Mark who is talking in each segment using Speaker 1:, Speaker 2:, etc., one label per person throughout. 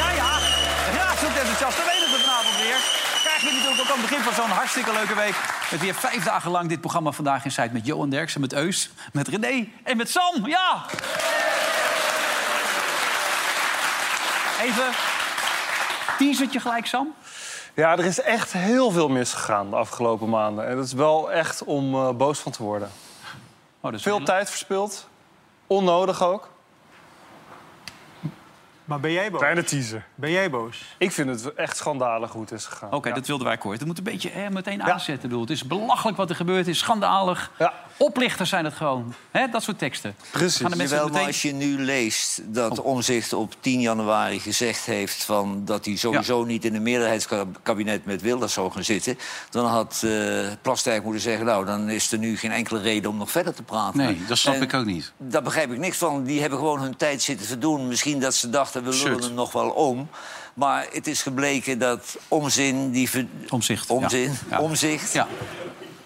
Speaker 1: Ja, ja. Ja, zoek enthousiast. Dan weten we het vanavond weer. Krijg je natuurlijk ook aan het begin van zo'n hartstikke leuke week. Met weer vijf dagen lang dit programma Vandaag in Zuid. Met Johan Derksen, met Eus, met René en met Sam. Ja! Even teasertje gelijk, Sam.
Speaker 2: Ja, er is echt heel veel misgegaan de afgelopen maanden. En dat is wel echt om eh, boos van te worden.
Speaker 1: Oh, dat is
Speaker 2: Veel
Speaker 1: wel-
Speaker 2: tijd verspild. Onnodig ook.
Speaker 3: Maar ben jij boos?
Speaker 2: Kleine teaser.
Speaker 3: Ben jij boos?
Speaker 2: Ik vind het echt schandalig hoe het is gegaan.
Speaker 1: Oké, dat wilden wij kort. Het moet een beetje eh, meteen aanzetten. Ik bedoel, Het is belachelijk wat er gebeurd is. Schandalig.
Speaker 2: Ja.
Speaker 1: Oplichters zijn het gewoon. hè? dat soort teksten.
Speaker 2: Precies.
Speaker 1: Gaan de mensen
Speaker 4: Jawel,
Speaker 1: meteen... Oh.
Speaker 4: maar als je nu leest dat Omzicht op 10 januari gezegd heeft van dat hij sowieso niet in een meerderheidskabinet met Wilders zou gaan zitten, dan had eh Plasterk moeten zeggen: Nou, dan is er nu geen enkele reden om nog verder te praten.
Speaker 5: Nee, dat snap
Speaker 4: En
Speaker 5: ik ook niet.
Speaker 4: Daar begrijp ik niks van. Die hebben gewoon hun tijd zitten verdoen. Misschien dat ze dachten: we lullen
Speaker 5: Shut.
Speaker 4: hem nog wel om. Maar het is gebleken dat omzin, die ver-
Speaker 1: Omzicht, ja.
Speaker 4: omzin,
Speaker 1: Ja.
Speaker 4: omzicht
Speaker 1: Ja,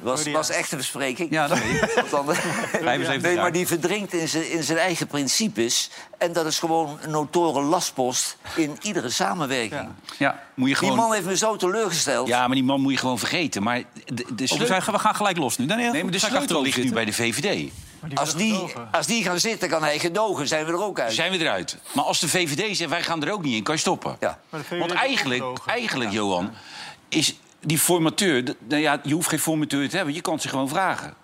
Speaker 4: was, was echt een bespreking.
Speaker 1: ja dat weet ik.
Speaker 4: Want dan-
Speaker 1: 75
Speaker 4: nee,
Speaker 1: jaar.
Speaker 4: maar die verdrinkt in zijn, in zijn eigen principes. En dat is gewoon een notoren lastpost in iedere samenwerking.
Speaker 1: Ja.
Speaker 5: Moet
Speaker 4: Die
Speaker 5: je gewoon...
Speaker 4: man heeft me zo teleurgesteld.
Speaker 5: Ja, maar die man moet je gewoon vergeten. Maar de, de
Speaker 1: Oh, we,
Speaker 5: sleutel,
Speaker 1: zijn- we gaan gelijk los nu. Dan
Speaker 5: nee, maar de sleutel ligt nu bij de VVD.
Speaker 4: als, die, als die gaan zitten, kan hij gedogen. Zijn we er ook uit.
Speaker 5: Zijn we eruit. Maar als de VVD zegt, wij gaan er ook niet in, kan je stoppen.
Speaker 4: Ja.
Speaker 3: Maar de VVD
Speaker 5: Want
Speaker 3: is ook
Speaker 5: eigenlijk,
Speaker 3: gedogen.
Speaker 5: eigenlijk Johan, is die formateur... d- Nou ja, je hoeft geen formateur te hebben, je kan ze gewoon vragen.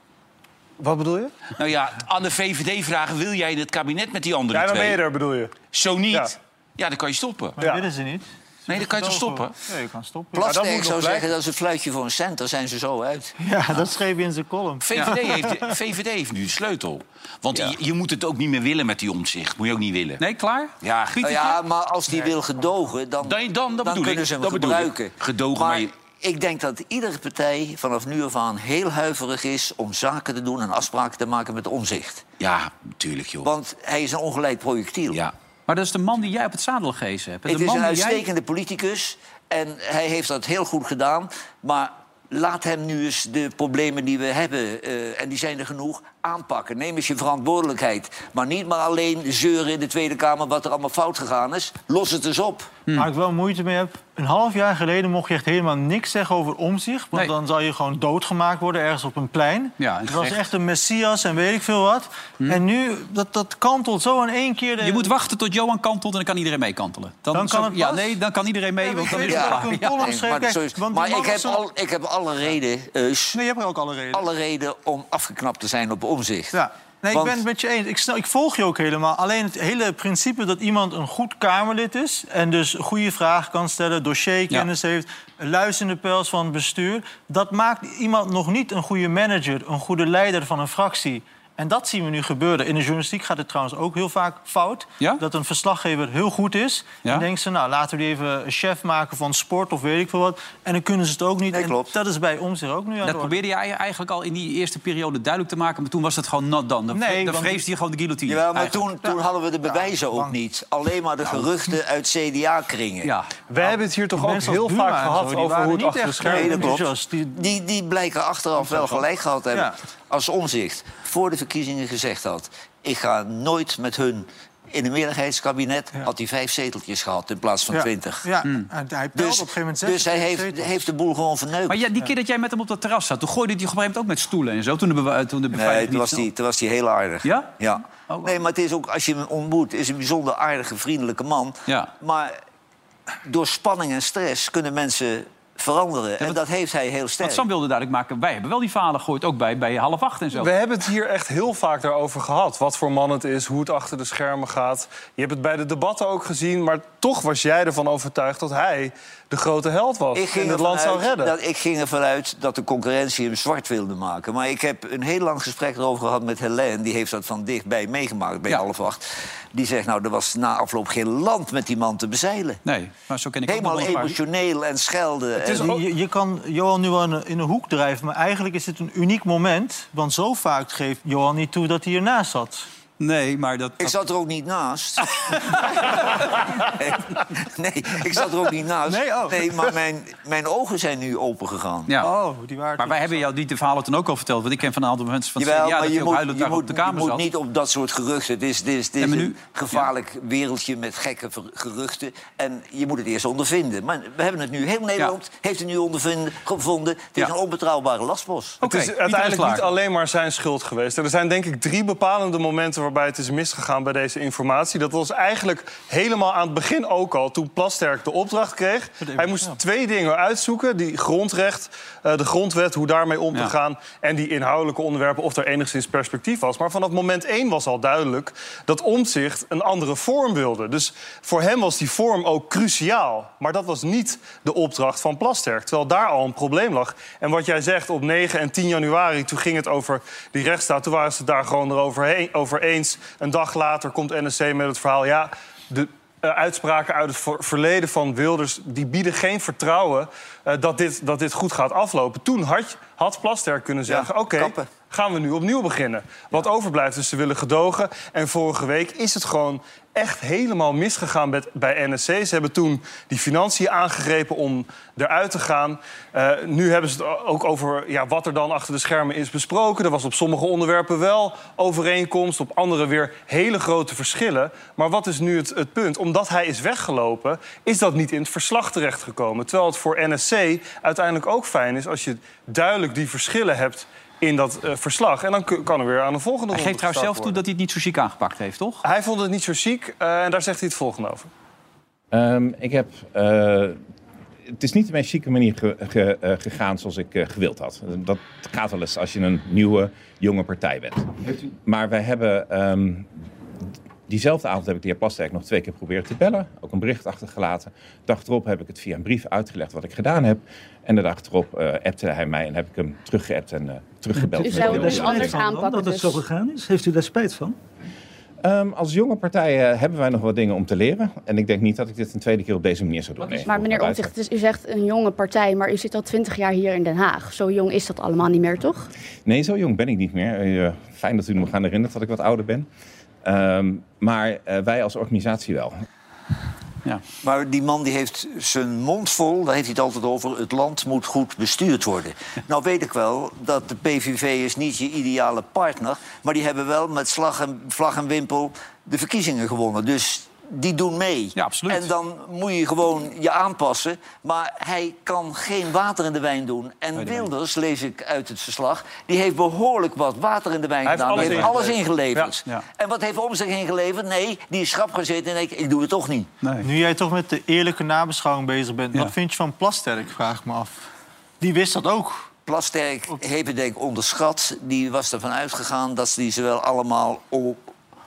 Speaker 2: Wat bedoel je?
Speaker 5: Nou ja, aan de VVD vragen, wil jij in het kabinet met die andere
Speaker 2: Ja, dan
Speaker 5: twee?
Speaker 2: ben je er, bedoel je.
Speaker 5: Zo niet.
Speaker 2: Ja.
Speaker 5: Ja. dan kan je stoppen.
Speaker 3: Maar
Speaker 2: Ja.
Speaker 3: willen ze niet?
Speaker 5: Nee, dan kan je toch stoppen?
Speaker 3: Ja, je kan stoppen.
Speaker 4: Plasterk
Speaker 2: Ja, dat moet
Speaker 4: zou
Speaker 2: nog
Speaker 4: zeggen,
Speaker 2: blijken.
Speaker 4: dat is een fluitje voor een cent. Daar zijn ze zo uit.
Speaker 3: Ja, dat schreef je in zijn column.
Speaker 5: VVD, heeft, VVD heeft nu de sleutel. Want je, je moet het ook niet meer willen met die omzicht. Moet je ook niet willen.
Speaker 1: Nee, klaar?
Speaker 5: Ja,
Speaker 4: Nou ja, maar als die wil gedogen, dan,
Speaker 5: Dan- dan- dat bedoel
Speaker 4: kunnen
Speaker 5: ik,
Speaker 4: ze hem
Speaker 5: dat bedoel ik.
Speaker 4: gebruiken.
Speaker 5: Gedogen,
Speaker 4: maar...
Speaker 5: maar je-
Speaker 4: ik denk dat iedere partij vanaf nu af aan heel huiverig is... om zaken te doen en afspraken te maken met omzicht.
Speaker 5: Ja, natuurlijk joh.
Speaker 4: Want hij is een ongeleid projectiel.
Speaker 5: Ja.
Speaker 1: Maar dat is de man die jij op het zadel gegeven hebt.
Speaker 4: Het
Speaker 1: de
Speaker 4: is
Speaker 1: man
Speaker 4: een
Speaker 1: die jij-
Speaker 4: uitstekende politicus en hij heeft dat heel goed gedaan. Maar laat hem nu eens de problemen die we hebben, eh, en die zijn er genoeg, aanpakken. Neem eens je verantwoordelijkheid. Maar niet maar alleen zeuren in de Tweede Kamer wat er allemaal fout gegaan is. Los het eens op.
Speaker 3: Waar ik wel moeite mee heb. Een half jaar geleden mocht je echt helemaal niks zeggen over omzicht. Want
Speaker 1: Nee.
Speaker 3: dan zou je gewoon doodgemaakt worden ergens op een plein.
Speaker 1: Ja, en
Speaker 3: het was
Speaker 1: terecht.
Speaker 3: echt een messias en weet ik veel wat. En nu, dat, dat kantelt zo in één keer. de-
Speaker 1: Je moet wachten tot Johan kantelt en dan kan iedereen meekantelen.
Speaker 3: Dan kan
Speaker 1: zo-
Speaker 3: het
Speaker 1: ja,
Speaker 3: pas.
Speaker 1: nee, dan kan iedereen mee,
Speaker 3: Ja, maar
Speaker 1: want
Speaker 3: ik
Speaker 1: dan is
Speaker 3: weet
Speaker 1: het
Speaker 3: dat
Speaker 1: klaar.
Speaker 3: ik een
Speaker 1: Ja.
Speaker 3: column
Speaker 4: Nee,
Speaker 3: schreef,
Speaker 4: maar
Speaker 3: kijk,
Speaker 4: zo is-
Speaker 3: want die
Speaker 4: maar
Speaker 3: man
Speaker 4: ik,
Speaker 3: was
Speaker 4: heb
Speaker 3: zo-
Speaker 4: al, ik heb alle reden, Eus,
Speaker 3: Nee, je hebt er ook alle reden.
Speaker 4: alle reden om afgeknapt te zijn op omzicht.
Speaker 3: Ja. Nee,
Speaker 4: Want-
Speaker 3: ik ben het met je eens. Ik, snap, ik volg je ook helemaal. Alleen het hele principe dat iemand een goed Kamerlid is... en dus goede vragen kan stellen, dossierkennis heeft... luisterende pels van het bestuur... dat maakt iemand nog niet een goede manager, een goede leider van een fractie. En dat zien we nu gebeuren. In de journalistiek gaat het trouwens ook heel vaak fout.
Speaker 1: Ja?
Speaker 3: Dat een verslaggever heel goed is.
Speaker 1: Ja?
Speaker 3: En denkt ze, nou, laten we die even chef maken van sport of weet ik veel wat. En dan kunnen ze het ook niet.
Speaker 4: Nee,
Speaker 3: En
Speaker 4: klopt.
Speaker 3: dat is bij ons ook nu aan de
Speaker 1: Dat
Speaker 3: orde.
Speaker 1: probeerde jij eigenlijk al in die eerste periode duidelijk te maken... maar toen was dat gewoon not done. Dan,
Speaker 3: Nee,
Speaker 1: dan
Speaker 3: want-
Speaker 1: vreesde je gewoon de guillotine.
Speaker 4: Jawel, maar
Speaker 1: eigenlijk.
Speaker 4: toen, toen hadden we de bewijzen ook niet. Alleen
Speaker 1: Nou.
Speaker 4: maar de geruchten uit CDA-kringen.
Speaker 1: Ah, Ja.
Speaker 2: We hebben het hier toch ook
Speaker 3: Nou, Mensen als
Speaker 2: heel
Speaker 3: Buma
Speaker 2: vaak
Speaker 3: en
Speaker 2: gehad
Speaker 3: zo, die
Speaker 2: over
Speaker 3: waren
Speaker 2: hoe het
Speaker 3: niet
Speaker 2: achter de
Speaker 3: echt,
Speaker 2: schermen...
Speaker 4: Nee, dat
Speaker 3: enthousiast.
Speaker 4: klopt.
Speaker 3: Die-
Speaker 4: Die, die blijken achteraf wel gelijk gehad hebben.
Speaker 3: Ja.
Speaker 4: Als omzicht voor de verkiezingen gezegd had... ik ga nooit met hun in een meerderheidskabinet... had hij vijf zeteltjes gehad in plaats van
Speaker 3: Ja.
Speaker 4: twintig.
Speaker 3: Ja, en Hmm. hij telt op een
Speaker 4: Dus,
Speaker 3: gegeven moment
Speaker 4: dus hij
Speaker 3: 26
Speaker 4: heeft,
Speaker 3: zetels.
Speaker 4: heeft de boel gewoon verneukt.
Speaker 1: Maar ja, die keer dat jij met hem op dat terras zat... toen gooide hij op een gegeven moment ook met stoelen en zo. Toen de, bewa- toen de
Speaker 4: Nee,
Speaker 1: beveiliging
Speaker 4: toen was,
Speaker 1: niet snel-
Speaker 4: die, toen was die heel aardig.
Speaker 1: Ja?
Speaker 4: Ja.
Speaker 1: Oh, wow.
Speaker 4: Nee, maar het is ook, als je hem ontmoet, is een bijzonder aardige, vriendelijke man.
Speaker 1: Ja.
Speaker 4: Maar door spanning en stress kunnen mensen veranderen. en dat heeft hij heel sterk.
Speaker 1: Want Sam wilde duidelijk maken, wij hebben wel die falen gegooid. Ook bij, bij half acht en zo.
Speaker 2: We hebben het hier echt heel vaak daarover gehad. Wat voor man het is, hoe het achter de schermen gaat. Je hebt het bij de debatten ook gezien. Maar toch was jij ervan overtuigd dat hij de grote held was.
Speaker 4: Ik ging,
Speaker 2: en het
Speaker 4: ervan
Speaker 2: land zou
Speaker 4: uit
Speaker 2: redden.
Speaker 4: Dat, ik ging ervan uit dat de concurrentie hem zwart wilde maken. Maar ik heb een heel lang gesprek erover gehad met Hélène. Die heeft dat van dichtbij meegemaakt bij
Speaker 1: Ja.
Speaker 4: half acht. Die zegt, nou, er was na afloop geen land met die man te bezeilen.
Speaker 1: Nee, maar zo ken ik ook
Speaker 4: Helemaal
Speaker 1: nog wel een paar.
Speaker 4: emotioneel en schelden.
Speaker 3: Het is
Speaker 4: En-
Speaker 3: ook- je, je kan Johan nu wel in een, in een hoek drijven, maar eigenlijk is het een uniek moment. Want zo vaak geeft Johan niet toe dat hij ernaast zat.
Speaker 1: Nee, maar dat...
Speaker 4: Ik zat er ook niet naast. nee, ik zat er ook niet naast.
Speaker 3: Nee, oh.
Speaker 4: maar mijn, mijn ogen zijn nu open gegaan.
Speaker 1: Ja.
Speaker 3: Oh, die waren
Speaker 1: Maar wij hebben jou die de verhalen toen ook al verteld. Want ik ken van een aantal mensen van het
Speaker 4: Jawel,
Speaker 1: CDA
Speaker 4: maar
Speaker 1: dat
Speaker 4: je
Speaker 1: je ook
Speaker 4: moet,
Speaker 1: huilend
Speaker 4: je
Speaker 1: daar
Speaker 4: moet,
Speaker 1: op de
Speaker 4: je
Speaker 1: kamer
Speaker 4: moet
Speaker 1: zat.
Speaker 4: niet op dat soort geruchten. Het is, dit is, dit
Speaker 1: Ja,
Speaker 4: is
Speaker 1: maar nu-
Speaker 4: een gevaarlijk wereldje met gekke ver- geruchten. En je moet het eerst ondervinden. Maar we hebben het nu. Heel Nederland heeft het nu ondervinden, gevonden. Het is
Speaker 1: Ja.
Speaker 4: een onbetrouwbare lastbos.
Speaker 1: Oké,
Speaker 2: het is
Speaker 1: iedereen is
Speaker 2: uiteindelijk niet
Speaker 1: klaar.
Speaker 2: alleen maar zijn schuld geweest. En er zijn denk ik drie bepalende momenten waarbij het is misgegaan bij deze informatie. Dat was eigenlijk helemaal aan het begin ook al, toen Plasterk de opdracht kreeg. Hij moest twee dingen uitzoeken. Die grondrecht, eh, de grondwet, hoe daarmee om
Speaker 1: Ja.
Speaker 2: te gaan... en die inhoudelijke onderwerpen, of er enigszins perspectief was. Maar vanaf moment één was al duidelijk dat Omtzigt een andere vorm wilde. Dus voor hem was die vorm ook cruciaal. Maar dat was niet de opdracht van Plasterk, terwijl daar al een probleem lag. En wat jij zegt, op 9 en 10 januari, toen ging het over die rechtsstaat... toen waren ze het daar gewoon erover over eens. Een dag later komt NSC met het verhaal... ja, de eh, uitspraken uit het ver- verleden van Wilders... die bieden geen vertrouwen eh, dat, dit, dat dit goed gaat aflopen. Toen had, je- had Plasterk kunnen zeggen... oké,
Speaker 4: kappen.
Speaker 2: gaan we nu opnieuw beginnen. Wat overblijft dus ze willen gedogen. En vorige week is het gewoon echt helemaal misgegaan met, bij NSC. Ze hebben toen die financiën aangegrepen om eruit te gaan. Eh, nu hebben ze het ook over ja, wat er dan achter de schermen is besproken. Er was op sommige onderwerpen wel overeenkomst, op andere weer hele grote verschillen. Maar wat is nu het, het punt? Omdat hij is weggelopen, is dat niet in het verslag terechtgekomen. Terwijl het voor NSC uiteindelijk ook fijn is als je duidelijk die verschillen hebt in dat eh, verslag. En dan ku- kan er weer aan de volgende
Speaker 1: Hij geeft
Speaker 2: ronde
Speaker 1: trouwens zelf toe
Speaker 2: gestart
Speaker 1: dat hij het niet zo chic aangepakt heeft, toch?
Speaker 2: worden. Hij vond het niet zo chic eh, en daar zegt hij het volgende over.
Speaker 6: Ehm, ik heb. eh, het is niet de meest chique manier ge- ge- eh, gegaan zoals ik eh, gewild had. Dat gaat wel eens als je een nieuwe, jonge partij bent. Maar wij hebben. ehm, diezelfde avond heb ik de heer Plasterk nog twee keer geprobeerd te bellen. Ook een bericht achtergelaten. Dag erop heb ik het via een brief uitgelegd wat ik gedaan heb. En de dag erop eh, appte hij mij en heb ik hem teruggeappt en eh, teruggebeld.
Speaker 7: U
Speaker 6: met
Speaker 7: zou
Speaker 6: de
Speaker 7: het dus
Speaker 6: jongen.
Speaker 7: anders aanpakken.
Speaker 8: dat het
Speaker 7: dus.
Speaker 8: zo gegaan is. Heeft u daar spijt van?
Speaker 6: Ehm, als jonge partij eh, hebben wij nog wat dingen om te leren. En ik denk niet dat ik dit een tweede keer op deze manier zou doen. Nee,
Speaker 7: Maar meneer
Speaker 6: uiteraard.
Speaker 7: Omtzigt, dus u zegt een jonge partij, maar u zit al twintig jaar hier in Den Haag. Zo jong is dat allemaal niet meer, toch?
Speaker 6: Nee, zo jong ben ik niet meer. Eh, fijn dat u me gaan herinneren dat ik wat ouder ben. Ehm, maar eh, wij als organisatie wel.
Speaker 4: Maar die man die heeft zijn mond vol, daar heeft hij het altijd over... het land moet goed bestuurd worden. Nou weet ik wel dat de PVV is niet je ideale partner... maar die hebben wel met slag en, vlag en wimpel de verkiezingen gewonnen. Dus die doen mee.
Speaker 1: Ja, absoluut.
Speaker 4: En dan moet je gewoon je aanpassen. Maar hij kan geen water in de wijn doen. En Wilders, lees ik uit het verslag... die heeft behoorlijk wat water in de wijn
Speaker 2: Hij heeft
Speaker 4: gedaan.
Speaker 2: alles
Speaker 4: heeft alles
Speaker 2: ingeleverd.
Speaker 4: ingeleverd.
Speaker 1: Ja, ja.
Speaker 4: En wat heeft Omtzigt ingeleverd? Nee, die is schrap gezeten en denkt... ik doe het toch niet.
Speaker 1: Nee.
Speaker 3: Nu jij toch met de eerlijke nabeschouwing bezig bent,
Speaker 1: Ja.
Speaker 3: wat vind je van Plasterk? Vraag ik me af. Die wist dat ook.
Speaker 4: Plasterk heeft denk onderschat. Die was ervan uitgegaan dat ze die ze wel allemaal op,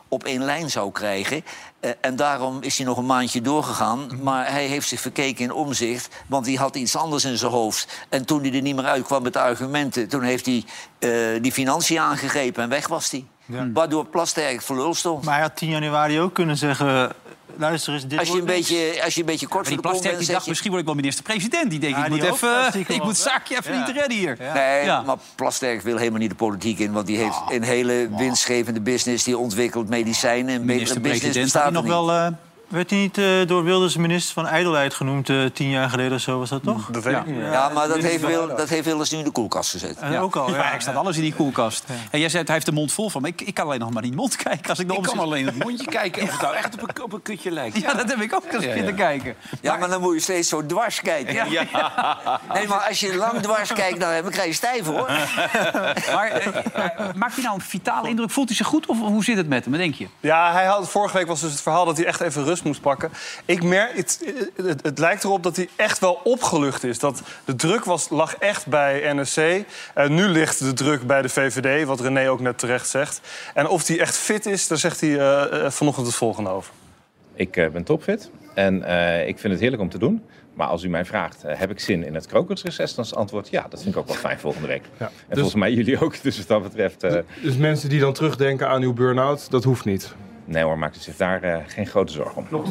Speaker 4: op één lijn zou krijgen. Eh, en daarom is hij nog een maandje
Speaker 1: Mhm.
Speaker 4: doorgegaan. Maar hij heeft zich verkeken in omzicht, want hij had iets anders in zijn hoofd. En toen hij er niet meer uitkwam met de argumenten... toen heeft hij eh, die financiën aangegrepen en weg was hij. Waardoor Plasterk voor lul stond.
Speaker 3: Maar hij had 10 januari ook kunnen zeggen... Luister eens, dit
Speaker 4: Als je een
Speaker 3: wordt niks.
Speaker 4: beetje, als je een beetje
Speaker 1: Maar
Speaker 4: kort voor
Speaker 1: die
Speaker 4: de kont
Speaker 1: Plasterk
Speaker 4: bent...
Speaker 1: die
Speaker 4: zet
Speaker 1: dacht,
Speaker 4: je-
Speaker 1: misschien word ik wel minister-president. Die denkt,
Speaker 3: Ja,
Speaker 1: ik moet
Speaker 3: die hoopt wel
Speaker 1: even,
Speaker 3: stiekem
Speaker 1: ik
Speaker 3: wel,
Speaker 1: moet
Speaker 3: hè?
Speaker 1: zaakje even
Speaker 3: Ja.
Speaker 1: niet redden hier.
Speaker 4: Nee,
Speaker 1: Ja.
Speaker 4: maar Plasterk wil helemaal niet de politiek in. Want die heeft een hele winstgevende business. Die ontwikkelt medicijnen. Een betere business
Speaker 1: Minister-president
Speaker 4: bestaat
Speaker 1: had
Speaker 4: er
Speaker 3: nog
Speaker 4: niet.
Speaker 3: wel, eh, werd hij niet eh, door Wilders minister van ijdelheid genoemd eh, tien jaar geleden of zo, was dat toch?
Speaker 2: Dat weet ik niet meer.
Speaker 1: eh,
Speaker 4: Ja, maar dat heeft, Wil, dat heeft Wilders nu in de koelkast gezet.
Speaker 3: Eh, Ook al, ja.
Speaker 1: Maar eigenlijk staat alles in die koelkast. En jij zegt, hij heeft de mond vol van. Maar ik, ik kan alleen nog maar in die mond kijken als ik de
Speaker 5: Ik kan
Speaker 1: omzet...
Speaker 5: alleen het mondje kijken of het nou echt op een, op een kutje lijkt.
Speaker 1: Ja, dat heb ik ook eens zitten kijken.
Speaker 4: Ja, maar dan moet je steeds zo dwars kijken. Nee, maar als je lang dwars kijkt naar hem, dan krijg je stijf, hoor.
Speaker 1: Maar eh, maar maakt hij nou een vitale indruk? Voelt hij zich goed of hoe zit het met hem? Wat denk je?
Speaker 2: Ja, hij had, vorige week was dus het verhaal dat hij echt even rust rust moest pakken. Ik merk, het, eh, het, het lijkt erop dat hij echt wel opgelucht is. Dat de druk was, lag echt bij NSC. En Eh, nu ligt de druk bij de VVD, wat René ook net terecht zegt. En of hij echt fit is, daar zegt hij eh, eh, vanochtend het volgende over.
Speaker 6: Ik eh, ben topfit en eh, ik vind het heerlijk om te doen. Maar als u mij vraagt, eh, heb ik zin in het krokusreces? Dan is het antwoord ja, dat vind ik ook wel fijn volgende week.
Speaker 9: Ja,
Speaker 6: en
Speaker 9: dus-
Speaker 6: volgens mij jullie ook, dus wat dat betreft... eh,
Speaker 9: Dus mensen die dan terugdenken aan uw burn-out, dat hoeft niet.
Speaker 6: nee hoor, maakt u zich daar eh, geen grote zorgen om.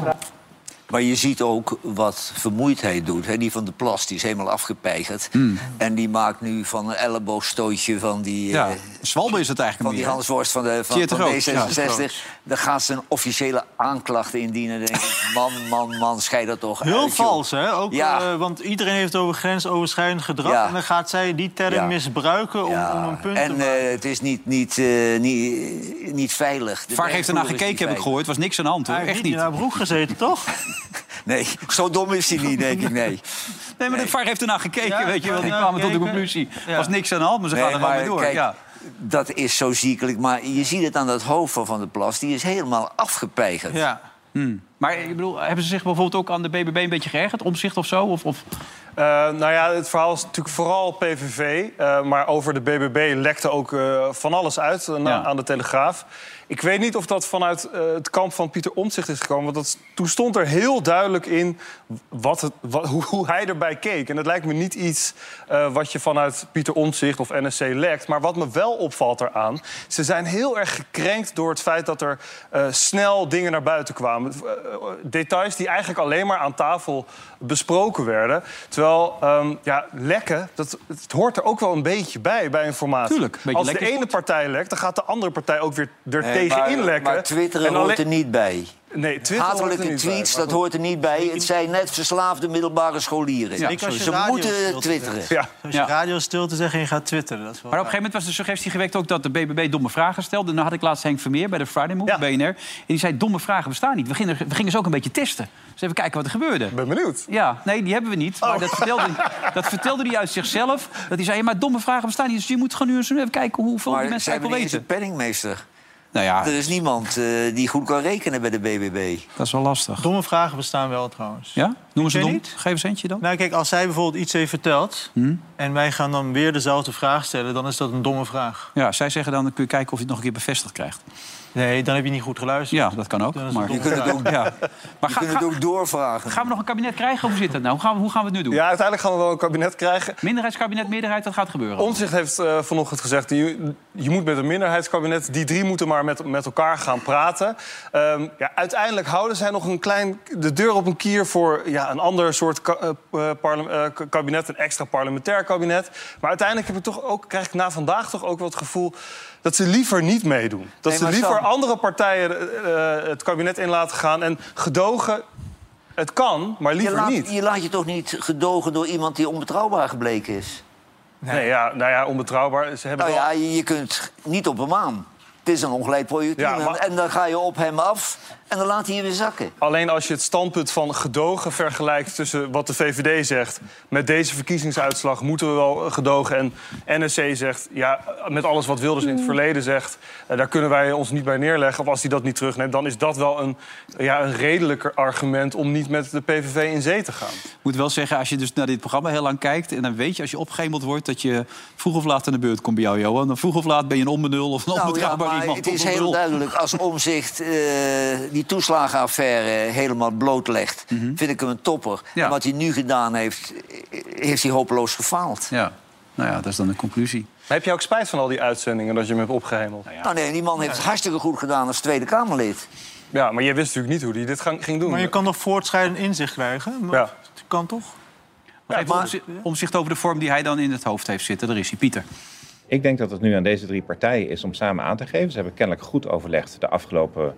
Speaker 4: Maar je ziet ook wat vermoeidheid doet. Hè? Die van de plas, die is helemaal afgepeigerd.
Speaker 1: Hmm.
Speaker 4: En die maakt nu van een elleboogstootje van die...
Speaker 1: Ja,
Speaker 4: eh,
Speaker 1: Zwalbe is het eigenlijk
Speaker 4: van die
Speaker 1: meer.
Speaker 4: Hans Worst van, de,
Speaker 1: Zie
Speaker 4: van,
Speaker 1: je
Speaker 4: van
Speaker 1: het er ook?
Speaker 4: D66. dan gaat ze een officiële aanklacht indienen. Dan denk ik, man, man, man, scheid dat toch
Speaker 3: Heel
Speaker 4: uit, joh.
Speaker 3: vals, hè? Ook,
Speaker 4: Ja.
Speaker 3: eh, want iedereen heeft het over grensoverschrijdend gedrag.
Speaker 4: Ja.
Speaker 3: En dan gaat zij die term
Speaker 4: Ja.
Speaker 3: misbruiken om,
Speaker 4: Ja,
Speaker 3: om een punt
Speaker 4: en
Speaker 3: te
Speaker 4: eh,
Speaker 3: maken.
Speaker 4: het is niet, niet, eh, niet, niet veilig. De
Speaker 1: VAR heeft ernaar
Speaker 4: werkvloer is niet
Speaker 1: gekeken, heb ik
Speaker 4: veilig.
Speaker 1: gehoord. Was niks aan de hand, hoor.
Speaker 3: Hij heeft
Speaker 1: Echt
Speaker 3: niet
Speaker 1: niet.
Speaker 3: in haar broek gezeten, toch?
Speaker 4: Nee, zo dom is hij niet, denk ik, nee.
Speaker 1: Nee, maar de VAR heeft ernaar gekeken,
Speaker 3: Ja,
Speaker 1: weet je wel. Die
Speaker 3: ja,
Speaker 1: kwamen tot de
Speaker 3: gekeken.
Speaker 1: conclusie.
Speaker 3: Ja.
Speaker 1: Was niks aan de hand, maar ze gaan
Speaker 4: Nee,
Speaker 1: er wel
Speaker 4: maar
Speaker 1: mee door.
Speaker 4: kijk,
Speaker 1: ja.
Speaker 4: dat is zo ziekelijk. Maar je ziet het aan dat hoofd van Van der Plas. Die is helemaal afgepeigerd.
Speaker 3: Ja.
Speaker 1: Maar ik bedoel, hebben ze zich bijvoorbeeld ook aan de BBB een beetje geërgerd? Omzicht of zo? Of, of...
Speaker 2: Eh, nou ja, het verhaal is natuurlijk vooral PVV. eh, maar over de BBB lekte ook eh, van alles uit eh, na-
Speaker 1: Ja.
Speaker 2: aan de Telegraaf. Ik weet niet of dat vanuit eh, het kamp van Pieter Omtzigt is gekomen. Want dat, toen stond er heel duidelijk in wat het, wat, hoe, hoe hij erbij keek. En dat lijkt me niet iets eh, wat je vanuit Pieter Omtzigt of NSC lekt. Maar wat me wel opvalt eraan... ze zijn heel erg gekrenkt door het feit dat er eh, snel dingen naar buiten kwamen. Eh, eh, Details die eigenlijk alleen maar aan tafel besproken werden. Terwijl, ehm, ja, lekken, dat, het hoort er ook wel een beetje bij, bij informatie.
Speaker 1: Tuurlijk, een beetje
Speaker 2: Als de
Speaker 1: lekken is
Speaker 2: ene partij lekt, dan gaat de andere partij ook weer er
Speaker 4: Nee, maar-
Speaker 2: tegenin lekken.
Speaker 4: Maar twitteren
Speaker 2: En alleen-
Speaker 4: hoort er niet bij.
Speaker 2: Nee, Twitter hoort er
Speaker 4: Hatelijke
Speaker 2: niet bij,
Speaker 4: tweets,
Speaker 2: maar
Speaker 4: dat hoort er niet bij. Het zijn net verslaafde middelbare scholieren.
Speaker 3: Ik als je
Speaker 4: Ze
Speaker 3: radio
Speaker 4: moeten
Speaker 3: stilte
Speaker 4: twitteren.
Speaker 3: zegt.
Speaker 2: Ja.
Speaker 3: Als je
Speaker 1: Ja.
Speaker 3: radio stil te zeggen en je gaat twitteren. Dat is wel
Speaker 1: Maar op een gegeven moment was de suggestie gewekt ook dat de BBB domme vragen stelde. En dan had ik laatst Henk Vermeer bij de Friday Move,
Speaker 2: Ja.
Speaker 1: BNR. En die zei, domme vragen bestaan niet. We gingen, we gingen ze ook een beetje testen. Dus even kijken wat er gebeurde.
Speaker 2: Ik ben benieuwd.
Speaker 1: Ja, nee, die hebben we niet. Maar dat, vertelde, dat vertelde hij uit zichzelf. Dat hij zei, ja, maar domme vragen bestaan niet. Dus je moet gewoon nu eens even kijken hoeveel
Speaker 4: Maar
Speaker 1: mensen
Speaker 4: zij hebben
Speaker 1: eigenlijk
Speaker 4: niet
Speaker 1: wel
Speaker 4: eens een
Speaker 1: weten.
Speaker 4: penningmeester.
Speaker 1: Nou ja,
Speaker 2: Ah.
Speaker 4: Er is niemand eh, die goed kan rekenen bij de BBB.
Speaker 1: dat is wel lastig.
Speaker 3: Domme vragen bestaan wel trouwens.
Speaker 1: Ja? Noemen ze
Speaker 3: Ik
Speaker 1: dom?
Speaker 3: weet
Speaker 1: Geef eens eentje dan.
Speaker 3: Nou, kijk, als zij bijvoorbeeld iets heeft verteld...
Speaker 4: Hm?
Speaker 3: en wij gaan dan weer dezelfde vraag stellen... dan is dat een domme vraag.
Speaker 1: Ja, zij zeggen dan, dan kun je kijken of je het nog een keer bevestigd krijgt.
Speaker 3: Nee, dan heb je niet goed geluisterd.
Speaker 1: Ja, dat kan ook.
Speaker 3: Dan is het
Speaker 1: Maar,
Speaker 3: dom.
Speaker 4: Je kunt het ook,
Speaker 1: ja. maar
Speaker 4: je
Speaker 1: ga-
Speaker 4: kunt
Speaker 1: ga-
Speaker 4: het ook doorvragen.
Speaker 1: gaan we nog een kabinet krijgen? Hoe zit dat nou? Hoe gaan we, hoe gaan we het nu doen?
Speaker 2: Ja, uiteindelijk gaan we wel een kabinet krijgen.
Speaker 1: Minderheidskabinet, meerderheid, dat gaat gebeuren.
Speaker 2: Omzicht heeft eh, vanochtend gezegd, je, je moet met een minderheidskabinet... die drie moeten maar met, met elkaar gaan praten. Ehm, ja, uiteindelijk houden zij nog een klein, de deur op een kier... voor ja, een ander soort ka- eh, eh, parlem- eh, k- kabinet, een extra parlementair kabinet. Maar uiteindelijk heb ik toch ook, krijg ik na vandaag toch ook wel het gevoel... dat ze liever niet meedoen. Dat
Speaker 4: Nee,
Speaker 2: ze
Speaker 4: maar
Speaker 2: liever
Speaker 4: Sam-
Speaker 2: andere partijen eh, eh, het kabinet in laten gaan... en gedogen, het kan, maar
Speaker 4: Je
Speaker 2: liever
Speaker 4: laat,
Speaker 2: niet.
Speaker 4: je laat je toch niet gedogen door iemand die onbetrouwbaar gebleken is?
Speaker 2: Nee, ja, nou ja, onbetrouwbaar. Ze hebben
Speaker 4: Nou
Speaker 2: wel-
Speaker 4: ja, je je kunt niet op hem aan. Het is een ongeleid projectiel.
Speaker 2: Ja, maar-
Speaker 4: En dan ga je op hem af en dan laat hij je weer zakken.
Speaker 2: Alleen als je het standpunt van gedogen vergelijkt tussen wat de VVD zegt... met deze verkiezingsuitslag moeten we wel gedogen. En NSC zegt, ja, met alles wat Wilders in het verleden zegt... eh, daar kunnen wij ons niet bij neerleggen. Of als hij dat niet terugneemt, dan is dat wel een, ja, een redelijker argument... om niet met de PVV in zee te gaan.
Speaker 1: Ik moet wel zeggen, als je dus naar dit programma heel lang kijkt... en dan weet je als je opgehemeld wordt dat je vroeg of laat aan de beurt komt bij jou, Johan. Dan vroeg of laat ben je een onbenul of een
Speaker 4: Nou ja,
Speaker 1: onbetrouwbaar
Speaker 4: maar
Speaker 1: iemand.
Speaker 4: het is
Speaker 1: Ik
Speaker 4: heel
Speaker 1: bedoel,
Speaker 4: duidelijk. Als Omzicht die toeslagenaffaire helemaal blootlegt, vind ik hem een topper.
Speaker 1: Mhm. Ja.
Speaker 4: En wat hij nu gedaan heeft, eh, heeft hij hopeloos gefaald.
Speaker 1: Ja, nou ja, dat is dan de conclusie.
Speaker 2: Maar heb je ook spijt van al die uitzendingen dat je hem hebt opgehemeld?
Speaker 4: Nou nee, die man heeft het hartstikke goed gedaan als Tweede Kamerlid.
Speaker 2: Ja, maar jij wist natuurlijk niet hoe hij dit gang- ging doen.
Speaker 3: Maar je kan nog voortschrijdend inzicht krijgen.
Speaker 2: Ja.
Speaker 3: Dat kan toch?
Speaker 1: Maar even omzi- omzicht over de vorm die hij dan in het hoofd heeft zitten. Daar is hij, Pieter.
Speaker 6: Ik denk dat het nu aan deze drie partijen is om samen aan te geven. Ze hebben kennelijk goed overlegd de afgelopen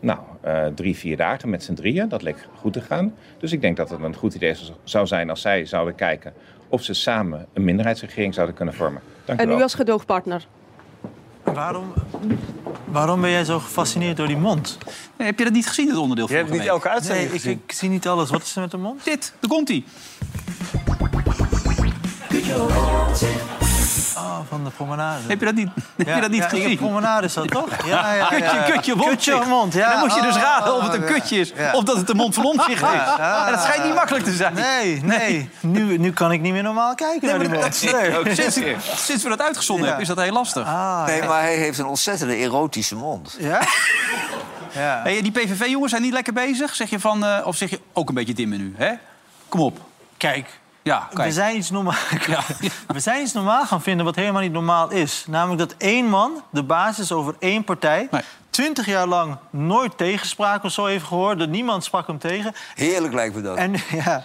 Speaker 6: nou, eh, drie, vier dagen met z'n drieën. Dat leek goed te gaan. Dus ik denk dat het een goed idee zou zijn als zij zouden kijken of ze samen een minderheidsregering zouden kunnen vormen. Dank u
Speaker 10: En
Speaker 6: wel.
Speaker 10: u als gedoogpartner?
Speaker 3: Waarom, waarom ben jij zo gefascineerd door die mond?
Speaker 1: Nee, heb je dat niet gezien, het onderdeel
Speaker 2: Je hebt
Speaker 1: vorige
Speaker 2: niet
Speaker 1: week?
Speaker 2: elke uitzending
Speaker 3: Nee, ik,
Speaker 2: gezien.
Speaker 3: ik zie niet alles. Wat is er met de mond?
Speaker 1: Dit, daar komt hij.
Speaker 3: Oh, van de promenade.
Speaker 1: Heb je dat niet, heb je dat niet
Speaker 3: ja,
Speaker 1: gezien?
Speaker 3: In de promenade is dat toch? Ja, ja, ja, ja.
Speaker 1: Kutje, kutje, mond.
Speaker 3: Kutje op mond, ja.
Speaker 1: En dan moet je dus
Speaker 3: Oh,
Speaker 1: raden of het een
Speaker 3: ja.
Speaker 1: kutje is.
Speaker 3: Ja.
Speaker 1: Of dat het een mond van ontzicht is.
Speaker 3: Ja.
Speaker 1: En dat schijnt niet makkelijk te zijn.
Speaker 3: Nee, nee. Nu, nu kan ik niet meer normaal kijken
Speaker 1: Nee,
Speaker 3: naar
Speaker 1: maar
Speaker 3: die
Speaker 1: dat-
Speaker 3: mond.
Speaker 1: dat-
Speaker 3: Nee.
Speaker 1: sinds, sinds we dat uitgezonden
Speaker 3: Ja.
Speaker 1: hebben, is dat heel lastig.
Speaker 3: Ah,
Speaker 4: Nee, maar hij heeft een ontzettende erotische mond.
Speaker 3: ja? Ja.
Speaker 1: Hey, die PVV-jongens zijn niet lekker bezig? Zeg je van, eh, of zeg je ook een beetje dimmen nu? Hè? Kom op.
Speaker 3: Kijk,
Speaker 1: Ja,
Speaker 3: we
Speaker 1: kijk.
Speaker 3: zijn, iets normaal,
Speaker 1: Ja.
Speaker 3: we zijn iets normaal gaan vinden wat helemaal niet normaal is. Namelijk dat één man de basis is over één partij.
Speaker 1: Nee.
Speaker 3: Twintig jaar lang nooit tegenspraak of zo heeft gehoord. Dat niemand sprak hem tegen.
Speaker 4: Heerlijk lijkt me dat.
Speaker 3: En, ja,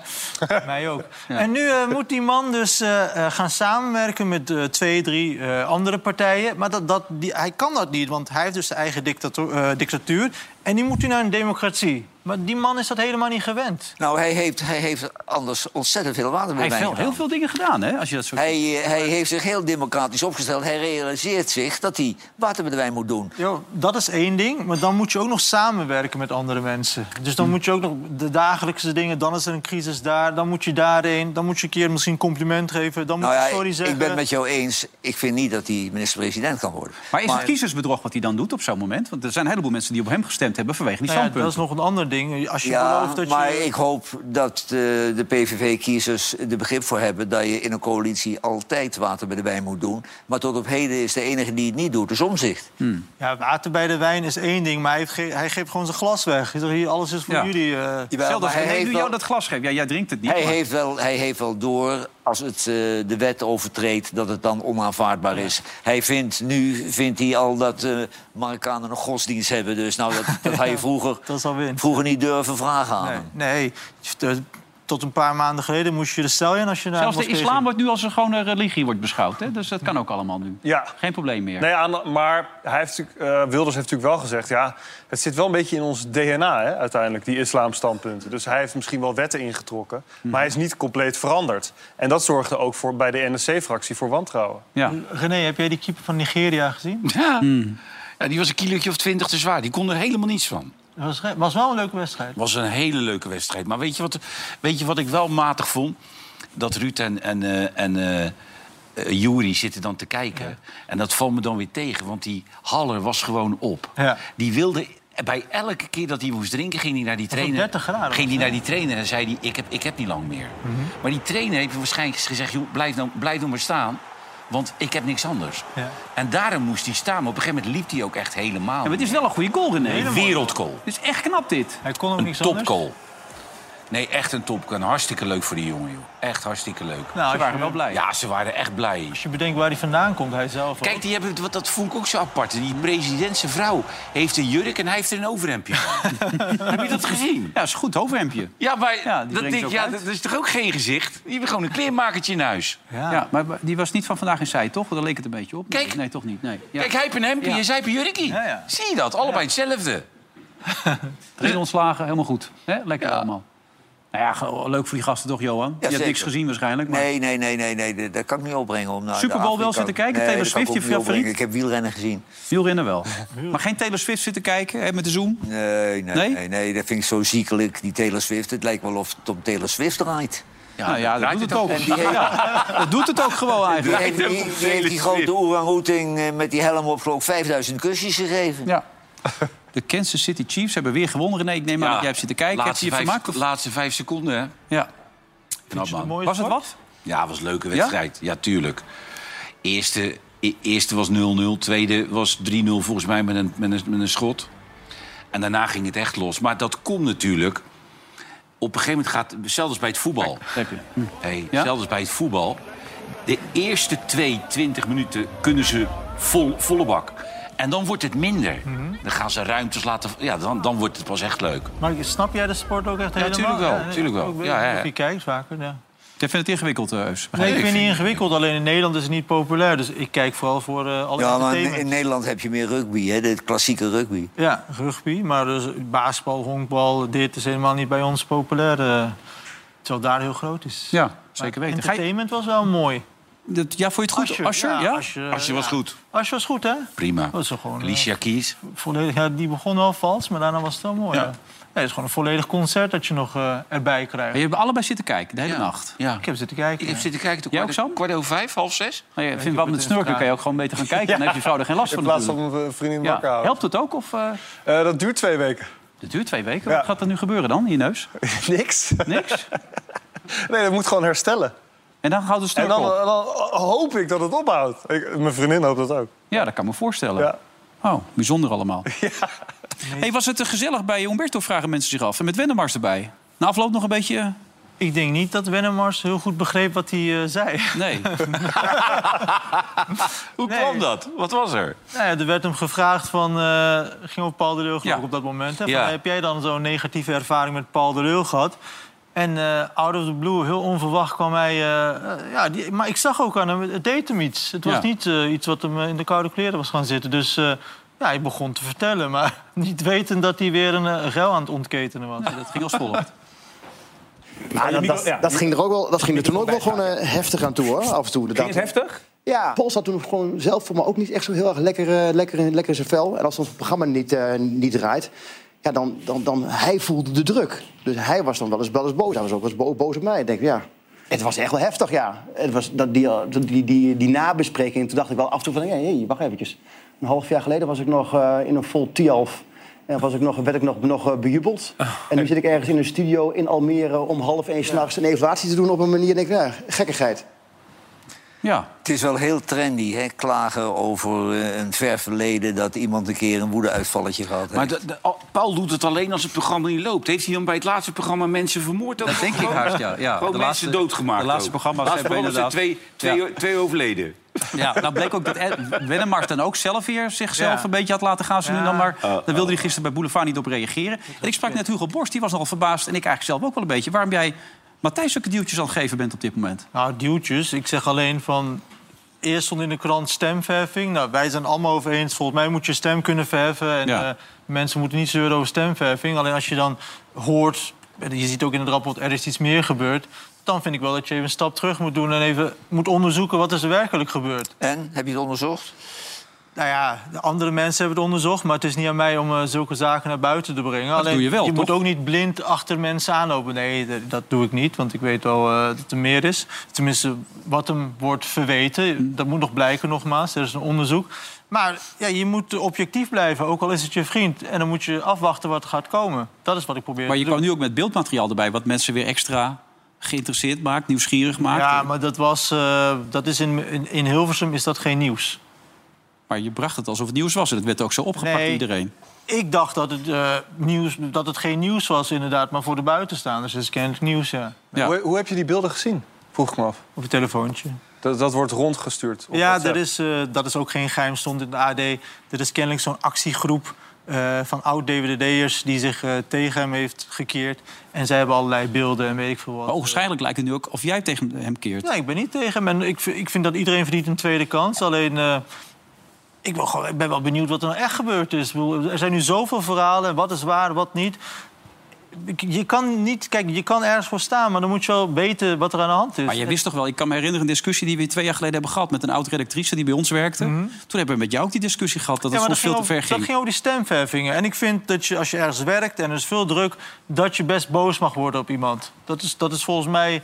Speaker 3: mij ook. En nu eh, moet die man dus eh, eh, gaan samenwerken met eh, twee, drie eh, andere partijen. Maar dat, dat, die, hij kan dat niet, want hij heeft dus zijn eigen dictato- eh, dictatuur. En die moet hij naar een democratie. Maar die man is dat helemaal niet gewend.
Speaker 4: Nou, hij heeft, hij heeft anders ontzettend veel water bij
Speaker 1: Hij heeft
Speaker 4: mij
Speaker 1: wel heel veel dingen gedaan, hè? Als je dat zo...
Speaker 4: Hij, eh, hij heeft zich heel democratisch opgesteld. Hij realiseert zich dat hij water bij de wijn moet doen.
Speaker 3: Yo, dat is één ding, maar dan moet je ook nog samenwerken met andere mensen. Dus
Speaker 4: Mm.
Speaker 3: dan moet je ook nog de dagelijkse dingen... dan is er een crisis daar, dan moet je daarheen... dan moet je een keer misschien compliment geven, dan moet
Speaker 4: Nou ja,
Speaker 3: je sorry
Speaker 4: ik,
Speaker 3: zeggen.
Speaker 4: ik ben het met jou eens. Ik vind niet dat hij minister-president kan worden.
Speaker 1: Maar is het kiezersbedrog wat hij dan doet op zo'n moment? Want er zijn een heleboel mensen die op hem gestemd hebben vanwege die
Speaker 3: Nou ja, dat
Speaker 1: standpunten.
Speaker 3: is nog een ander ding. Als je
Speaker 4: Ja,
Speaker 3: belooft dat
Speaker 4: maar
Speaker 3: je...
Speaker 4: ik hoop dat eh, de PVV-kiezers er begrip voor hebben... dat je in een coalitie altijd water bij de wijn moet doen. Maar tot op heden is de enige die het niet doet, dus omzicht.
Speaker 3: Ja, water bij de wijn is één ding, maar hij, heeft ge- hij geeft gewoon zijn glas weg. Hij zegt, hier, alles is voor
Speaker 1: Ja.
Speaker 3: jullie. eh.
Speaker 1: Zelfs als
Speaker 4: hij,
Speaker 1: René nu
Speaker 4: heeft
Speaker 1: jou
Speaker 4: wel,
Speaker 1: dat glas geeft. Ja, jij drinkt het niet.
Speaker 4: hij,
Speaker 1: maar-
Speaker 4: heeft wel, hij heeft wel door, als het eh, de wet overtreedt... dat het dan onaanvaardbaar is. Hij vindt nu vindt hij al dat eh, Marokkanen een godsdienst hebben. Dus nou, dat, dat had je vroeger,
Speaker 3: Dat is al winst.
Speaker 4: vroeger niet durven vragen aan
Speaker 3: Nee,
Speaker 4: hem.
Speaker 3: nee. De- tot een paar maanden geleden moest je de cel in als je naar
Speaker 1: Zelfs
Speaker 3: een
Speaker 1: de
Speaker 3: moskee
Speaker 1: islam
Speaker 3: ging.
Speaker 1: wordt nu als een gewone religie wordt beschouwd. Hè? Dus dat kan ook allemaal nu.
Speaker 2: Ja.
Speaker 1: Geen probleem meer.
Speaker 2: Nee, aan, maar hij heeft, natuurlijk- eh, Wilders heeft natuurlijk wel gezegd... Ja, het zit wel een beetje in ons DNA hè, uiteindelijk, die islamstandpunten. Dus hij heeft misschien wel wetten ingetrokken,
Speaker 1: Mhm.
Speaker 2: maar hij is niet compleet veranderd. En dat zorgde ook voor, bij de NSC-fractie voor wantrouwen.
Speaker 1: Ja.
Speaker 3: René, heb jij die keeper van Nigeria gezien?
Speaker 5: Ja.
Speaker 1: Hmm.
Speaker 5: Ja, die was een kilootje of twintig te zwaar. Die kon er helemaal niets van.
Speaker 3: Dat was, ge- was wel een leuke wedstrijd.
Speaker 5: was een hele leuke wedstrijd. Maar weet je wat, weet je wat ik wel matig vond? Dat Ruud en, en, eh, en eh, eh, Jury zitten dan te kijken. En dat valt me dan weer tegen, want die Haller was gewoon op.
Speaker 3: Ja.
Speaker 5: Die wilde... Bij elke keer dat hij moest drinken, ging hij naar die
Speaker 3: was
Speaker 5: trainer.
Speaker 3: 30 graden
Speaker 5: ging
Speaker 3: was
Speaker 5: hij naar die trainer en zei hij: ik heb, ik heb niet lang meer.
Speaker 1: Mhm.
Speaker 5: Maar die trainer heeft waarschijnlijk gezegd: joh, blijf, nou, blijf nou maar staan. Want ik heb niks anders.
Speaker 3: Ja.
Speaker 5: En daarom moest hij staan. Maar op een gegeven moment liep hij ook echt helemaal.
Speaker 1: Ja, maar het is wel een goede goal, René.
Speaker 5: een
Speaker 1: Het
Speaker 5: wereldkool.
Speaker 1: is echt knap, dit.
Speaker 3: Hij kon ook
Speaker 5: Een
Speaker 3: niks anders.
Speaker 5: topgoal. Nee, echt een topgoal. En Hartstikke leuk voor die jongen, joh. Echt hartstikke leuk.
Speaker 3: Nou,
Speaker 1: Ze
Speaker 3: als,
Speaker 1: waren
Speaker 3: je,
Speaker 1: wel blij.
Speaker 5: Ja, ze waren echt blij.
Speaker 3: als je bedenkt waar hij vandaan komt, hij zelf ook.
Speaker 5: Kijk, die hebben, wat- dat vond ik ook zo apart. Die president, zijn vrouw, heeft een jurk en hij heeft er een overhemdje. aan. Heb je dat gezien?
Speaker 1: Ja, is een goed hoofdhemdje.
Speaker 5: Ja, maar
Speaker 1: Ja, die brengt
Speaker 5: dat,
Speaker 1: ze
Speaker 5: denk, ik,
Speaker 1: ook
Speaker 5: ja,
Speaker 1: uit.
Speaker 5: dat is toch ook geen gezicht? Je hebt gewoon een kleermakertje in huis.
Speaker 1: Ja. maar maar die was niet van vandaag in zij, toch? Daar leek het een beetje op. Nee,
Speaker 5: Kijk.
Speaker 1: nee toch niet. Nee. Ja.
Speaker 5: Kijk, hij heeft een hemdje
Speaker 1: Ja.
Speaker 5: en zij heeft een jurkje.
Speaker 3: Ja, ja.
Speaker 5: Zie je dat? Allebei hetzelfde.
Speaker 1: Drie ontslagen, helemaal goed. Hè? Lekker allemaal. Nou ja, ge- leuk voor die gasten toch, Johan? je hebt
Speaker 4: zeker.
Speaker 1: niks gezien waarschijnlijk. Maar...
Speaker 4: Nee, nee, nee, nee, nee, dat- dat kan ik niet opbrengen. Om naar de
Speaker 1: Super Bowl wel
Speaker 4: Afrika-
Speaker 1: zitten kijken? Taylor
Speaker 4: dat kan
Speaker 1: Swift,
Speaker 4: ik ook
Speaker 1: je
Speaker 4: niet opbrengen.
Speaker 1: favoriet?
Speaker 4: Ik heb wielrennen gezien.
Speaker 1: Wielrennen wel. Maar geen Taylor Swift zitten kijken hè, met de Zoom?
Speaker 4: Nee, nee,
Speaker 1: Nee?
Speaker 4: nee, nee, dat vind ik zo ziekelijk, die Taylor Swift. Het lijkt wel of het om Taylor Swift draait.
Speaker 1: Ja, nou ja, dat
Speaker 5: draait
Speaker 1: doet het ook.
Speaker 5: het
Speaker 4: En die heeft-
Speaker 1: Ja, dat doet het ook gewoon
Speaker 4: Die
Speaker 1: eigenlijk.
Speaker 4: heeft die, die, heeft die grote orang-oeting eh, met die helm op, geloof ik, 5000 kusjes gegeven.
Speaker 1: Ja. De Kansas City Chiefs hebben weer gewonnen. René, ik neem aan
Speaker 5: Ja.
Speaker 1: dat jij hebt zitten kijken. Heb je
Speaker 5: Laatste
Speaker 1: je
Speaker 5: vijf-
Speaker 1: vermaakt? Of...
Speaker 5: Laatste vijf seconden, hè?
Speaker 1: Ja.
Speaker 5: Knap, man.
Speaker 3: Mooi
Speaker 1: Was het
Speaker 3: sport.
Speaker 1: wat?
Speaker 5: Ja, het was een leuke wedstrijd. Ja, tuurlijk. Eerste, e- eerste was 0-0, tweede was 3-0 volgens mij met een, met, een, met een schot. En daarna ging het echt los. Maar dat komt natuurlijk. Op een gegeven moment gaat, zelfs bij het voetbal.
Speaker 1: Heb je.
Speaker 5: Hey,
Speaker 1: Hm. Ja?
Speaker 5: Zelfs bij het voetbal. De eerste twee, 20 minuten kunnen ze vol, volle bak. En dan wordt het minder.
Speaker 1: Mhm.
Speaker 5: Dan gaan ze ruimtes laten. Ja, dan, dan wordt het pas echt leuk.
Speaker 3: Maar snap jij de sport ook echt helemaal?
Speaker 5: tuurlijk wel,
Speaker 3: nee,
Speaker 5: tuurlijk wel.
Speaker 3: ook-
Speaker 5: Ja, ja, ja.
Speaker 3: Of je kijkt vaker, ja.
Speaker 1: Jij vindt het ingewikkeld, eh, Eus.
Speaker 3: Nee, ik vind het niet ingewikkeld. Alleen in Nederland is het niet populair. Dus ik kijk vooral voor eh alle
Speaker 4: Ja, maar in,
Speaker 3: entertainment.
Speaker 4: in Nederland heb je meer rugby, hè, de klassieke rugby.
Speaker 3: Ja, rugby. Maar dus basketbal, honkbal, dit is helemaal niet bij ons populair. eh, terwijl daar heel groot is.
Speaker 1: Ja, zeker
Speaker 3: Maar
Speaker 1: weten. Ga je-
Speaker 3: Entertainment was wel mooi.
Speaker 1: Dat, ja, vond je het goed? Asscher, ja?
Speaker 3: Asscher,
Speaker 5: Als je was
Speaker 3: ja.
Speaker 5: goed.
Speaker 3: Asscher was goed, hè?
Speaker 5: Prima.
Speaker 1: Oh,
Speaker 3: Dat is gewoon... eh,
Speaker 5: Alicia Keys.
Speaker 3: volledig, ja, die begon al vals, maar daarna was het wel mooi.
Speaker 5: Ja.
Speaker 3: Ja. het is gewoon een volledig concert dat je nog eh, erbij krijgt.
Speaker 1: Je hebt allebei zitten kijken, de hele nacht.
Speaker 5: Ja.
Speaker 3: Ik heb zitten kijken.
Speaker 5: Ik heb zitten kijken tot
Speaker 1: Jij
Speaker 5: kwart,
Speaker 1: ook, Sam?
Speaker 5: kwart over vijf, half zes.
Speaker 1: Maar je vindt wel met snurken kan je ook gewoon beter gaan kijken. Dan heeft je vrouw er geen last van.
Speaker 2: In plaats
Speaker 1: natuurlijk.
Speaker 2: van een vriendin
Speaker 1: Ja.
Speaker 2: wakker houden.
Speaker 1: Helpt het ook? Of, eh,
Speaker 2: Eh, dat duurt twee weken.
Speaker 1: het duurt twee weken.
Speaker 2: Ja.
Speaker 1: Wat gaat er nu gebeuren dan in je neus?
Speaker 2: Niks.
Speaker 1: Niks?
Speaker 2: Nee, dat moet gewoon herstellen.
Speaker 1: En dan houdt het
Speaker 2: En
Speaker 1: snurken
Speaker 2: dan, eh,
Speaker 1: op.
Speaker 2: dan hoop ik dat het ophoudt. Ik- mijn vriendin hoopt dat ook.
Speaker 1: Ja, dat kan me voorstellen.
Speaker 2: Ja.
Speaker 1: Oh, bijzonder allemaal. Hey, was het te gezellig bij Umberto, vragen mensen zich af. En met Wennemars erbij. Na afloop nog een beetje... eh,
Speaker 3: Ik denk niet dat Wennemars heel goed begreep wat hij eh, zei.
Speaker 1: Nee.
Speaker 5: Hoe
Speaker 3: Nee.
Speaker 5: kwam dat? Wat was er?
Speaker 3: Nou ja, er werd hem gevraagd van... eh, ging op Paul de Leeuw geloof ik
Speaker 1: Ja.
Speaker 3: op dat moment. Hè, van,
Speaker 5: Ja.
Speaker 3: Heb jij dan zo'n negatieve ervaring met Paul de Leeuw gehad? En eh, out of the blue, heel onverwacht kwam hij... eh, eh, ja, die, maar ik zag ook aan hem, het deed hem iets. Het was
Speaker 1: Ja.
Speaker 3: niet eh, iets wat hem eh, in de koude kleren was gaan zitten. Dus eh, ja, hij begon te vertellen. Maar niet weten dat hij weer een eh, geil aan het ontketenen was.
Speaker 1: Ja, dat ging als volgt.
Speaker 10: Maar dat, dat, dat ging er, ook wel, dat ging er toen ook wel gewoon eh, heftig aan toe, hoor. Af en toe.
Speaker 6: Ging
Speaker 10: inderdaad.
Speaker 6: het heftig?
Speaker 10: Ja, Paul zat toen gewoon zelf voor me ook niet echt zo heel erg lekker, eh, lekker, in, lekker in zijn vel. En als ons programma niet, eh, niet draait, ja, dan, dan, dan hij voelde de druk. Dus hij was dan wel eens, wel eens boos. Hij was ook wel eens bo- boos op mij. Ik denk, ja, het was echt wel heftig, ja. Het was dat, die, dat- die, die, die nabespreking, toen dacht ik wel af en toe van... Hé, hey, wacht eventjes. Een half jaar geleden was ik nog eh, in een vol Tialf. En was ik nog, werd ik nog, nog eh, bejubeld.
Speaker 1: Ah,
Speaker 10: En nu zit ik ergens in een studio in Almere om half één s'nachts een evaluatie te doen op een manier. Denk ik, nou, gekkigheid.
Speaker 1: Ja.
Speaker 4: Het is wel heel trendy, hè? klagen over eh, een ver verleden... dat iemand een keer een woedeuitvalletje gehad heeft.
Speaker 5: Maar de- de- al- Paul doet het alleen als het programma niet loopt. Heeft hij dan bij het laatste programma mensen vermoord? ook? Oh.
Speaker 1: Dat denk ik
Speaker 5: Gewoon-
Speaker 1: haast, ja. Ja,
Speaker 5: Gewoon
Speaker 1: de
Speaker 5: mensen
Speaker 1: laatste-
Speaker 5: doodgemaakt.
Speaker 1: de laatste
Speaker 5: ook.
Speaker 1: programma's
Speaker 5: laatste
Speaker 1: hebben
Speaker 5: programma's zijn twee, twee,
Speaker 1: inderdaad-
Speaker 5: twee overleden.
Speaker 1: Ja, nou bleek ook dat Ed- Wennemars dan ook zelf weer zichzelf
Speaker 3: Ja.
Speaker 1: een beetje had laten gaan. Zo nu dan maar. Daar wilde hij gisteren bij Boulevard niet op reageren. En ik sprak net Hugo Borst, die was nogal verbaasd. En ik eigenlijk zelf ook wel een beetje. Waarom jij Matthijs ook duwtjes aan het geven bent op dit moment?
Speaker 3: Nou, duwtjes. Ik zeg alleen van... Eerst stond in de krant stemverheffing. Nou, wij zijn allemaal over eens. Volgens mij moet je stem kunnen verheffen. En
Speaker 1: Ja.
Speaker 3: eh, mensen moeten niet zeuren over stemverheffing. Alleen als je dan hoort... en Je ziet ook in het rapport, er is iets meer gebeurd. Dan vind ik wel dat je even een stap terug moet doen... en even moet onderzoeken wat is er werkelijk gebeurd.
Speaker 4: En, heb je het onderzocht?
Speaker 3: Nou ja, de andere mensen hebben het onderzocht... maar het is niet aan mij om eh, zulke zaken naar buiten te brengen. Alleen,
Speaker 1: doe je wel,
Speaker 3: moet
Speaker 1: toch?
Speaker 3: ook niet blind achter mensen aanlopen. Nee, d- dat doe ik niet, want ik weet wel eh, dat er meer is. Tenminste, wat hem wordt verweten, dat moet nog blijken nogmaals. Er is een onderzoek. Maar ja, je moet objectief blijven, ook al is het je vriend. En dan moet je afwachten wat gaat komen. Dat is wat ik probeer
Speaker 1: Maar
Speaker 3: te
Speaker 1: je
Speaker 3: doen.
Speaker 1: kwam nu ook met beeldmateriaal erbij, wat mensen weer extra geïnteresseerd maakt, nieuwsgierig maakt.
Speaker 3: Ja, maar dat was... eh, dat is in, in, in Hilversum is dat geen nieuws.
Speaker 1: Maar je bracht het alsof het nieuws was. En het werd ook zo opgepakt
Speaker 3: Nee.
Speaker 1: door iedereen.
Speaker 3: Ik dacht dat het, eh, nieuws, dat het geen nieuws was, inderdaad. Maar voor de buitenstaanders is het kennelijk nieuws, ja.
Speaker 1: Ja.
Speaker 2: Hoe, hoe heb je die beelden gezien? Vroeg ik me af.
Speaker 3: Op een telefoontje.
Speaker 2: Dat, dat wordt rondgestuurd. op
Speaker 3: ja,
Speaker 2: WhatsApp.
Speaker 3: dat is, eh, dat is ook geen geheim, stond in de AD. Er is kennelijk zo'n actiegroep eh, van oud-DWD'ers... die zich eh, tegen hem heeft gekeerd. En zij hebben allerlei beelden en weet ik veel wat.
Speaker 1: Maar ogenschijnlijk lijkt het nu ook of jij tegen hem keert.
Speaker 3: Nee, ik ben niet tegen hem. En ik, vind- ik vind dat iedereen verdient een tweede kans. Alleen, eh, ik, ben gewoon, ik ben wel benieuwd wat er nou echt gebeurd is. Ik bedoel, Er zijn nu zoveel verhalen. Wat is waar, wat niet. Ik- Je kan niet... Kijk, je kan ergens voor staan, maar dan moet je wel weten wat er aan de hand is.
Speaker 1: Maar je wist toch wel, ik kan me herinneren een discussie die we twee jaar geleden hebben gehad met een oud-redactrice die bij ons werkte. Toen hebben we met jou ook die discussie gehad dat
Speaker 3: Mhm.
Speaker 1: het
Speaker 3: Ja, maar
Speaker 1: soms veel
Speaker 3: dat
Speaker 1: te ver
Speaker 3: over- Dat
Speaker 1: ging.
Speaker 3: ging over die stemverheffingen. En ik vind dat je, als je ergens werkt en er is veel druk... dat je best boos mag worden op iemand. Dat is, dat is volgens mij...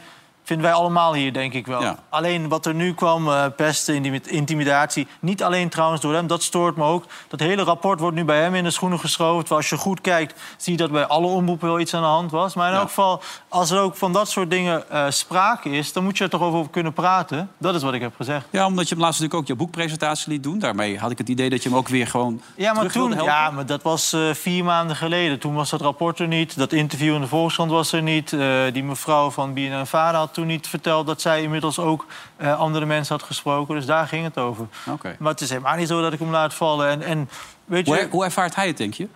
Speaker 3: vinden wij allemaal hier, denk ik wel.
Speaker 1: Ja.
Speaker 3: Alleen wat er nu kwam, eh, pesten, intimi- intimidatie... niet alleen trouwens door hem, dat stoort me ook. Dat hele rapport wordt nu bij hem in de schoenen geschoven. Terwijl als je goed kijkt, zie je dat bij alle omroepen wel iets aan de hand was. Maar in elk geval, als er ook van dat soort dingen eh, sprake is... dan moet je er toch over kunnen praten. Dat is wat ik heb gezegd.
Speaker 1: Ja, omdat je hem laatst natuurlijk ook je boekpresentatie liet doen. Daarmee had ik het idee dat je hem ook weer gewoon
Speaker 3: Ja, maar
Speaker 1: terug wilde
Speaker 3: toen,
Speaker 1: helpen.
Speaker 3: ja, maar dat was eh, vier maanden geleden. Toen was dat rapport er niet. Dat interview in de Volkskrant was er niet. Eh, die mevrouw van BNNVARA had toen niet verteld... dat zij inmiddels ook eh, andere mensen had gesproken. Dus daar ging het over.
Speaker 1: Oké.
Speaker 3: Maar het is helemaal niet zo dat ik hem laat vallen. En, en weet je...
Speaker 1: Hoe, hoe ervaart hij het, denk je?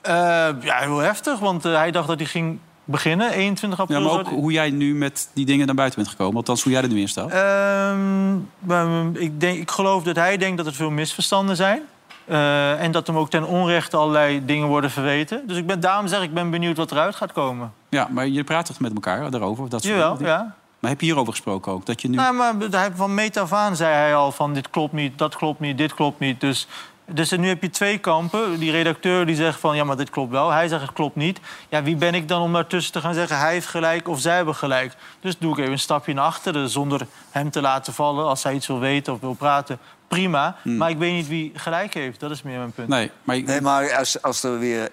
Speaker 3: eh, ja, heel heftig, want eh, hij dacht dat hij ging beginnen. 21 april.
Speaker 1: Ja, maar
Speaker 3: zou
Speaker 1: ook
Speaker 3: die-
Speaker 1: hoe jij nu met die dingen naar buiten bent gekomen. Althans, hoe jij er nu in
Speaker 3: Eh.
Speaker 1: staat.
Speaker 3: Ehm, ehm, ik, denk, ik geloof dat hij denkt dat er veel misverstanden zijn. Eh, en dat hem ook ten onrechte allerlei dingen worden verweten. Dus ik ben, daarom zeg ik, ik ben benieuwd wat eruit gaat komen.
Speaker 1: Ja, maar je praat toch met elkaar daarover? Of dat soort
Speaker 3: Jawel,
Speaker 1: dingen?
Speaker 3: ja.
Speaker 1: Maar heb je hierover gesproken ook? Dat je nu...
Speaker 3: Nou, maar daar heb- van meet af aan zei hij al van dit klopt niet, dat klopt niet, dit klopt niet. Dus, dus nu heb je twee kampen. Die redacteur die zegt van ja, maar dit klopt wel. Hij zegt het klopt niet. Ja, wie ben ik dan om daartussen te gaan zeggen hij heeft gelijk of zij hebben gelijk? Dus doe ik even een stapje naar achteren zonder hem te laten vallen. Als hij iets wil weten of wil praten, prima. Maar ik weet niet wie gelijk heeft. Dat is meer mijn punt.
Speaker 1: Nee, maar...
Speaker 4: Nee, maar als, als er weer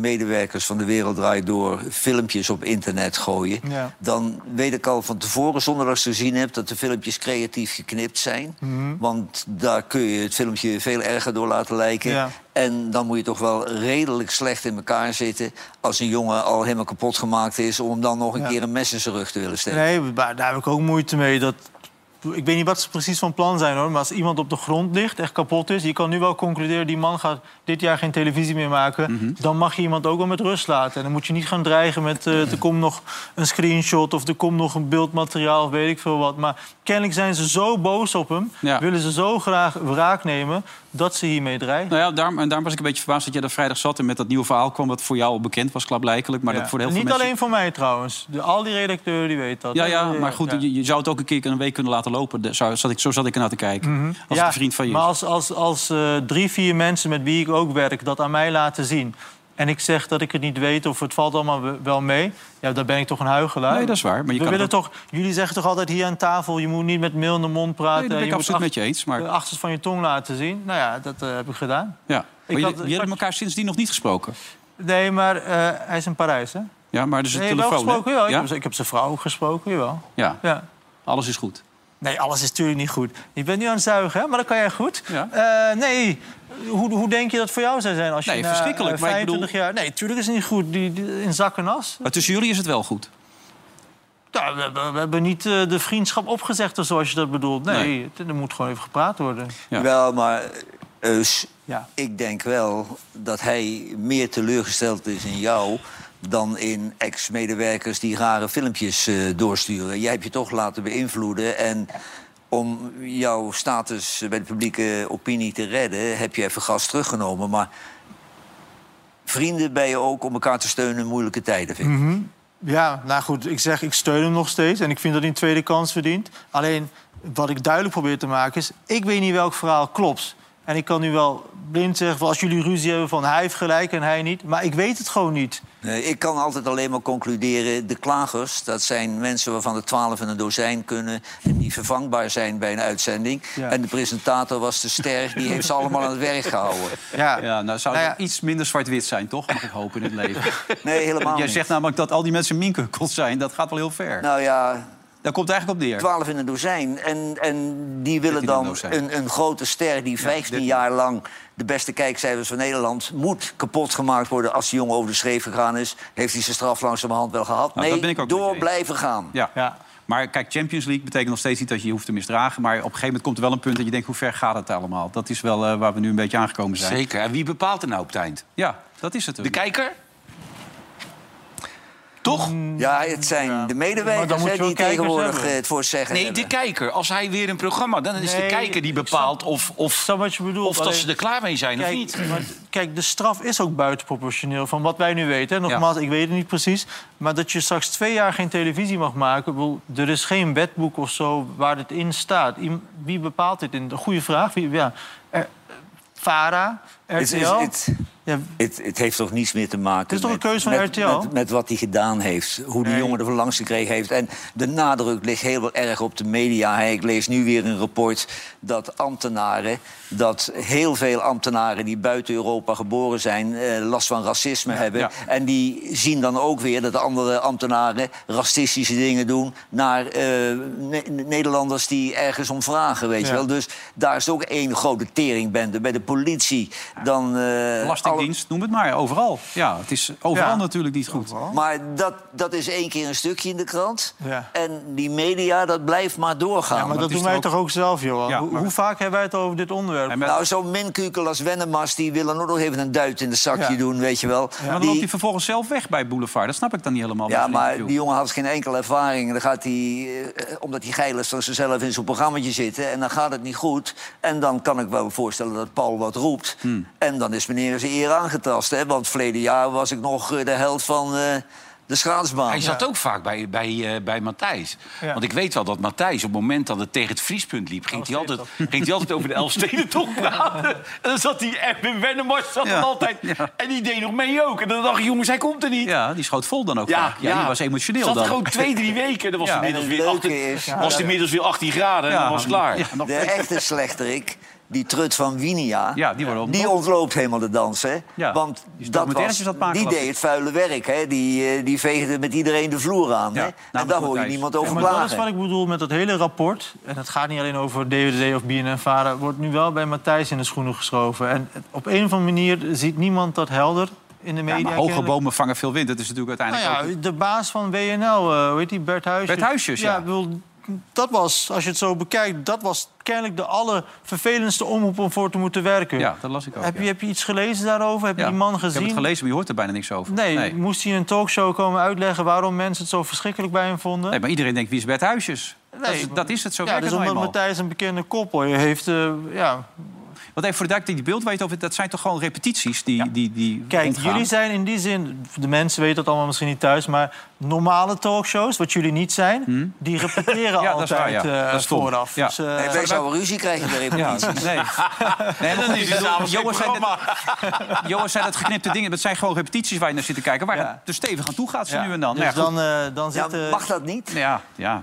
Speaker 4: ex-medewerkers van de wereld draait door filmpjes op internet gooien,
Speaker 3: Ja.
Speaker 4: dan weet ik al van tevoren, zonder dat ze gezien heb, dat de filmpjes creatief geknipt zijn.
Speaker 3: Mhm.
Speaker 4: Want daar kun je het filmpje veel erger door laten lijken.
Speaker 3: Ja.
Speaker 4: En dan moet je toch wel redelijk slecht in elkaar zitten als een jongen al helemaal kapot gemaakt is, om hem dan nog een
Speaker 3: Ja.
Speaker 4: keer een mes in zijn rug te willen steken.
Speaker 3: Nee, maar daar heb ik ook moeite mee. Dat, ik weet niet wat ze precies van plan zijn hoor. Maar als iemand op de grond ligt, echt kapot is. Je kan nu wel concluderen: die man gaat dit jaar geen televisie meer maken.
Speaker 1: Mhm.
Speaker 3: Dan mag je iemand ook wel met rust laten. En dan moet je niet gaan dreigen met. eh, er komt nog een screenshot of er komt nog een beeldmateriaal of weet ik veel wat. Maar kennelijk zijn ze zo boos op hem.
Speaker 1: Ja.
Speaker 3: Willen ze zo graag wraak nemen dat ze hiermee dreigen.
Speaker 1: Nou ja, daarom, en daarom was ik een beetje verbaasd dat jij daar vrijdag zat... en met dat nieuwe verhaal kwam, wat voor jou al bekend was, klaarblijkelijk. Maar dat
Speaker 3: Ja.
Speaker 1: voor heel
Speaker 3: niet
Speaker 1: veel mensen...
Speaker 3: alleen voor mij trouwens. De, al die redacteuren die weten dat.
Speaker 1: Ja, ja, maar goed,
Speaker 3: Ja.
Speaker 1: Je, je zou het ook een keer een week kunnen laten lopen. Daar zou- zat ik, zo zat ik ernaar te kijken. Als het
Speaker 3: Mhm. Ja,
Speaker 1: een vriend van je
Speaker 3: Maar
Speaker 1: is.
Speaker 3: als, als, als eh, drie, vier mensen met wie ik ook werk dat aan mij laten zien... en ik zeg dat ik het niet weet of het valt allemaal we- wel mee... ja, dan ben ik toch een huigelaar.
Speaker 1: Nee, dat is waar, maar je
Speaker 3: We
Speaker 1: kan
Speaker 3: willen
Speaker 1: het
Speaker 3: toch, jullie zeggen toch altijd hier aan tafel... je moet niet met meel in de mond praten.
Speaker 1: Nee, dat ben
Speaker 3: eh,
Speaker 1: ik
Speaker 3: je moet
Speaker 1: absoluut met je eens. Maar,
Speaker 3: ach- de achterste van je tong laten zien. Nou ja, dat eh, heb ik gedaan.
Speaker 1: ja. maar
Speaker 3: had-
Speaker 1: jullie,
Speaker 3: ik
Speaker 1: jullie hebben elkaar sindsdien nog niet gesproken.
Speaker 3: Nee, maar eh, hij is in Parijs, hè?
Speaker 1: Ja, maar dus een
Speaker 3: nee, wel
Speaker 1: telefoon. hè?
Speaker 3: gesproken, jawel. Ik,
Speaker 1: ja?
Speaker 3: heb, z- ik heb zijn vrouw ook gesproken, jawel.
Speaker 1: Ja.
Speaker 3: Ja.
Speaker 1: alles is goed.
Speaker 3: Nee, alles is natuurlijk niet goed. Je bent nu aan het zuigen, hè? maar dat kan jij goed.
Speaker 1: Ja.
Speaker 3: Eh, nee, hoe, hoe denk je dat voor jou zou zijn als je
Speaker 1: Nee,
Speaker 3: na,
Speaker 1: verschrikkelijk,
Speaker 3: eh,
Speaker 1: maar ik
Speaker 3: 25 jaar... Nee, tuurlijk is het niet goed, die, die- in zak en as.
Speaker 1: Maar tussen jullie is het wel goed.
Speaker 3: Nou, we, hebben- we hebben niet eh, de vriendschap opgezegd, of zoals je dat bedoelt. Nee,
Speaker 1: Nee.
Speaker 3: het- er moet gewoon even gepraat worden.
Speaker 1: Ja.
Speaker 4: Wel, maar eh, Eus,
Speaker 3: Ja.
Speaker 4: ik denk wel dat hij meer teleurgesteld is in jou dan in ex-medewerkers die rare filmpjes eh, doorsturen. Jij hebt je toch laten beïnvloeden en om jouw status bij de publieke opinie te redden... heb je even gas teruggenomen, maar... Vrienden ben je ook om elkaar te steunen in moeilijke tijden, vind ik.
Speaker 3: Ja, nou goed, ik zeg, ik steun hem nog steeds. En ik vind dat hij een tweede kans verdient. Alleen, wat ik duidelijk probeer te maken is... ik weet niet welk verhaal klopt. En ik kan nu wel blind zeggen, van, als jullie ruzie hebben van... hij heeft gelijk en hij niet, maar ik weet het gewoon niet.
Speaker 4: Nee, Eh, ik kan altijd alleen maar concluderen... de klagers, dat zijn mensen waarvan er twaalf in een dozijn kunnen... en die vervangbaar zijn bij een uitzending.
Speaker 3: Ja.
Speaker 4: En de presentator was te sterk, die heeft ze allemaal aan het werk gehouden.
Speaker 1: Ja, nou zou
Speaker 3: Nou ja.
Speaker 1: het iets minder zwart-wit zijn, toch? Mag ik hopen in het leven.
Speaker 4: Nee, helemaal
Speaker 1: Jij
Speaker 4: niet.
Speaker 1: zegt namelijk dat al die mensen minkukkels zijn. Dat gaat wel heel ver.
Speaker 4: Nou ja,
Speaker 1: Daar komt het eigenlijk op neer.
Speaker 4: twaalf in een dozijn. En, en die willen
Speaker 1: in een
Speaker 4: dan
Speaker 1: dozijn.
Speaker 4: een, een grote ster die 15 jaar lang... de beste kijkcijfers van Nederland moet kapot gemaakt worden... als die jongen over de schreef gegaan is. Heeft hij zijn straf langzamerhand wel gehad?
Speaker 1: Nou, dat ben ik
Speaker 4: nee,
Speaker 1: ook met je
Speaker 4: door
Speaker 1: eens.
Speaker 4: blijven gaan.
Speaker 1: Ja.
Speaker 3: Ja.
Speaker 1: Maar kijk, Champions League betekent nog steeds niet dat je je hoeft te misdragen. Maar op een gegeven moment komt er wel een punt dat je denkt... hoe ver gaat het allemaal? Dat is wel eh, waar we nu een beetje aangekomen zijn.
Speaker 5: Zeker. En wie bepaalt er nou op het eind?
Speaker 1: Ja, dat is het. dus.
Speaker 5: De kijker? Toch?
Speaker 4: Ja, het zijn de
Speaker 3: Maar dan
Speaker 4: medewerkers
Speaker 3: moet
Speaker 4: hè,
Speaker 3: je wel
Speaker 4: die
Speaker 3: kijkers
Speaker 4: tegenwoordig
Speaker 3: hebben.
Speaker 4: eh, het voor het zeggen
Speaker 5: Nee,
Speaker 4: hebben.
Speaker 5: de kijker. Als hij weer een programma... dan is de
Speaker 3: Nee,
Speaker 5: kijker die
Speaker 3: ik
Speaker 5: bepaalt of,
Speaker 3: Ik
Speaker 5: of,
Speaker 3: snap wat je bedoelt.
Speaker 5: of dat
Speaker 3: alleen-
Speaker 5: ze er klaar mee zijn of niet.
Speaker 3: Kijk, maar, kijk, de straf is ook buitenproportioneel van wat wij nu weten. hè. Nogmaals, ik weet het niet precies. Maar dat je straks twee jaar geen televisie mag maken... ik bedoel, er is geen wetboek of zo waar dit in staat. Iem- Wie bepaalt dit? Een goede vraag. Wie, ja. Er, VARA, RTL...
Speaker 4: Het, is, het,
Speaker 3: Ja,
Speaker 4: het, het heeft toch niets meer te maken
Speaker 3: is toch een
Speaker 4: met-
Speaker 3: keuze van
Speaker 4: met,
Speaker 3: RTL?
Speaker 4: Met, met wat hij gedaan heeft. Hoe die jongen er langs gekregen heeft. En de nadruk ligt heel erg op de media. hè. Ik lees nu weer een rapport dat ambtenaren... dat heel veel ambtenaren die buiten Europa geboren zijn... eh, last van racisme hebben.
Speaker 1: ja.
Speaker 4: En die zien dan ook weer dat andere ambtenaren... racistische dingen doen naar eh, Ne- Nederlanders die ergens om vragen. Weet je
Speaker 3: Ja.
Speaker 4: wel. Dus daar is ook één grote teringbende. Bij de politie dan... eh,
Speaker 1: Belastingdienst, noem het maar. Overal. Ja, het is overal
Speaker 3: Ja.
Speaker 1: natuurlijk niet goed.
Speaker 4: alle- Maar dat, dat is één keer een stukje in de krant.
Speaker 3: Ja.
Speaker 4: En die media, dat blijft maar doorgaan.
Speaker 3: ja, maar dat
Speaker 1: is
Speaker 3: doen
Speaker 1: toch
Speaker 3: wij
Speaker 1: ook-
Speaker 3: toch ook zelf, Johan?
Speaker 1: Ja,
Speaker 3: Hoe-
Speaker 1: maar-
Speaker 3: Hoe vaak hebben wij het over dit onderwerp?
Speaker 1: En met-
Speaker 4: Nou, zo'n minkukel als Wennemars, die wil dan ook nog even een duit in de zakje
Speaker 3: Ja.
Speaker 4: doen, weet je wel.
Speaker 1: maar dan loopt hij vervolgens zelf weg bij Boulevard. Dat snap ik dan niet helemaal. bij
Speaker 4: Ja,
Speaker 1: zo'n
Speaker 4: maar
Speaker 1: interview.
Speaker 4: die jongen had geen enkele ervaring. En Dan gaat hij, eh, eh, omdat hij geil is, dan zichzelf in zo'n programmaatje zitten. En dan gaat het niet goed. En dan kan ik wel voorstellen dat Paul wat roept. En dan is meneer zijn eer aangetast. Hè? Want verleden jaar was ik nog eh, de held van... eh, De schaatsbaan.
Speaker 5: Hij zat ook vaak bij, bij, eh, bij Matthijs.
Speaker 3: Ja.
Speaker 5: Want ik weet wel dat Matthijs op het moment dat het tegen het vriespunt liep... ging hij altijd, ging hij altijd over de Elfstedentocht praten. En dan zat hij Erwin Wennemars zat
Speaker 1: Ja.
Speaker 5: er altijd... En die deed nog mee ook. En dan dacht ik, jongens, hij komt er niet.
Speaker 1: Ja, die schoot vol dan ook vaak. Ja, die was emotioneel
Speaker 5: Zat er
Speaker 1: dan.
Speaker 5: gewoon twee, drie weken. Dan was
Speaker 1: Ja.
Speaker 5: hij inmiddels
Speaker 4: En het
Speaker 5: weer
Speaker 4: leuke
Speaker 5: 18,
Speaker 4: is-
Speaker 5: was hij inmiddels weer 18 graden en
Speaker 1: Ja.
Speaker 5: dan was het klaar.
Speaker 1: Ja.
Speaker 4: De echte slechterik, die trut van Winia...
Speaker 1: Ja, die worden
Speaker 4: Die ontloopt helemaal de dans, hè?
Speaker 1: Ja,
Speaker 4: Want
Speaker 1: die is
Speaker 4: dat was,
Speaker 1: documentaires aan het maken,
Speaker 4: die
Speaker 1: geloof ik.
Speaker 4: deed het vuile werk, hè? Die, eh, die veegde met iedereen de vloer aan,
Speaker 1: Ja,
Speaker 4: hè? En
Speaker 1: namens
Speaker 4: daar hoor je
Speaker 1: Matthijs.
Speaker 4: niemand over
Speaker 3: maar dat is
Speaker 4: klagen.
Speaker 3: wat ik bedoel met dat hele rapport. En het gaat niet alleen over DWD of BNNVARA. wordt nu wel bij Matthijs in de schoenen geschoven. En het- op een of andere manier ziet niemand dat helder in de media.
Speaker 1: Ja, maar hoge
Speaker 3: kennelijk.
Speaker 1: bomen vangen veel wind. Dat is natuurlijk
Speaker 3: Nou
Speaker 1: uiteindelijk ook...
Speaker 3: ja, de baas van WNL, eh hoe heet die, Bert Huisjes.
Speaker 1: Bert Huisjes, ja.
Speaker 3: ik bedoel, dat was, als je het zo bekijkt... dat was kennelijk de allervervelendste omroep om voor te moeten werken.
Speaker 1: Ja, dat las ik ook.
Speaker 3: heb,
Speaker 1: ja.
Speaker 3: je, heb je iets gelezen daarover? Heb je
Speaker 1: Ja.
Speaker 3: die man
Speaker 1: Ik heb
Speaker 3: gezien?
Speaker 1: het gelezen, maar je hoort er bijna niks over.
Speaker 3: Nee,
Speaker 1: nee.
Speaker 3: moest hij in een talkshow komen uitleggen... waarom mensen het zo verschrikkelijk bij hem vonden?
Speaker 1: Nee, maar iedereen denkt, wie is Bert Huisjes? dat, is,
Speaker 3: Nee,
Speaker 1: dat is het, zo
Speaker 3: ja,
Speaker 1: werkt
Speaker 3: dus
Speaker 1: het nou
Speaker 3: omdat
Speaker 1: eenmaal.
Speaker 3: Matthijs een bekende koppel heeft... eh, ja.
Speaker 1: Want even voor de duidelijkheid, die beeld waar je het over hebt, dat zijn toch gewoon repetities die, die, die
Speaker 3: Kijk,
Speaker 1: rondgaan?
Speaker 3: jullie zijn in die zin... De mensen weten dat allemaal misschien niet thuis... maar normale talkshows, wat jullie niet zijn... die repeteren
Speaker 1: Hm? Ja, dat is
Speaker 3: altijd
Speaker 1: waar, ja.
Speaker 3: eh,
Speaker 1: Dat is dom.
Speaker 3: vooraf.
Speaker 1: Ja.
Speaker 3: Dus, eh,
Speaker 4: En wij zouden ruzie krijgen bij
Speaker 1: Ja,
Speaker 4: repetities.
Speaker 1: nee. nee maar goed, ik bedoel, Johan zei dat- Johan zei dat geknipte dingen. Dat zijn gewoon repetities waar je naar zit te kijken. Waar
Speaker 3: Ja.
Speaker 1: het er stevig aan toe gaat ze
Speaker 3: ja.
Speaker 1: nu en dan. nou
Speaker 3: Dus
Speaker 1: ja, goed.
Speaker 3: dan, eh, dan
Speaker 4: Ja,
Speaker 3: zit... eh,
Speaker 4: mag dat niet?
Speaker 1: ja, ja,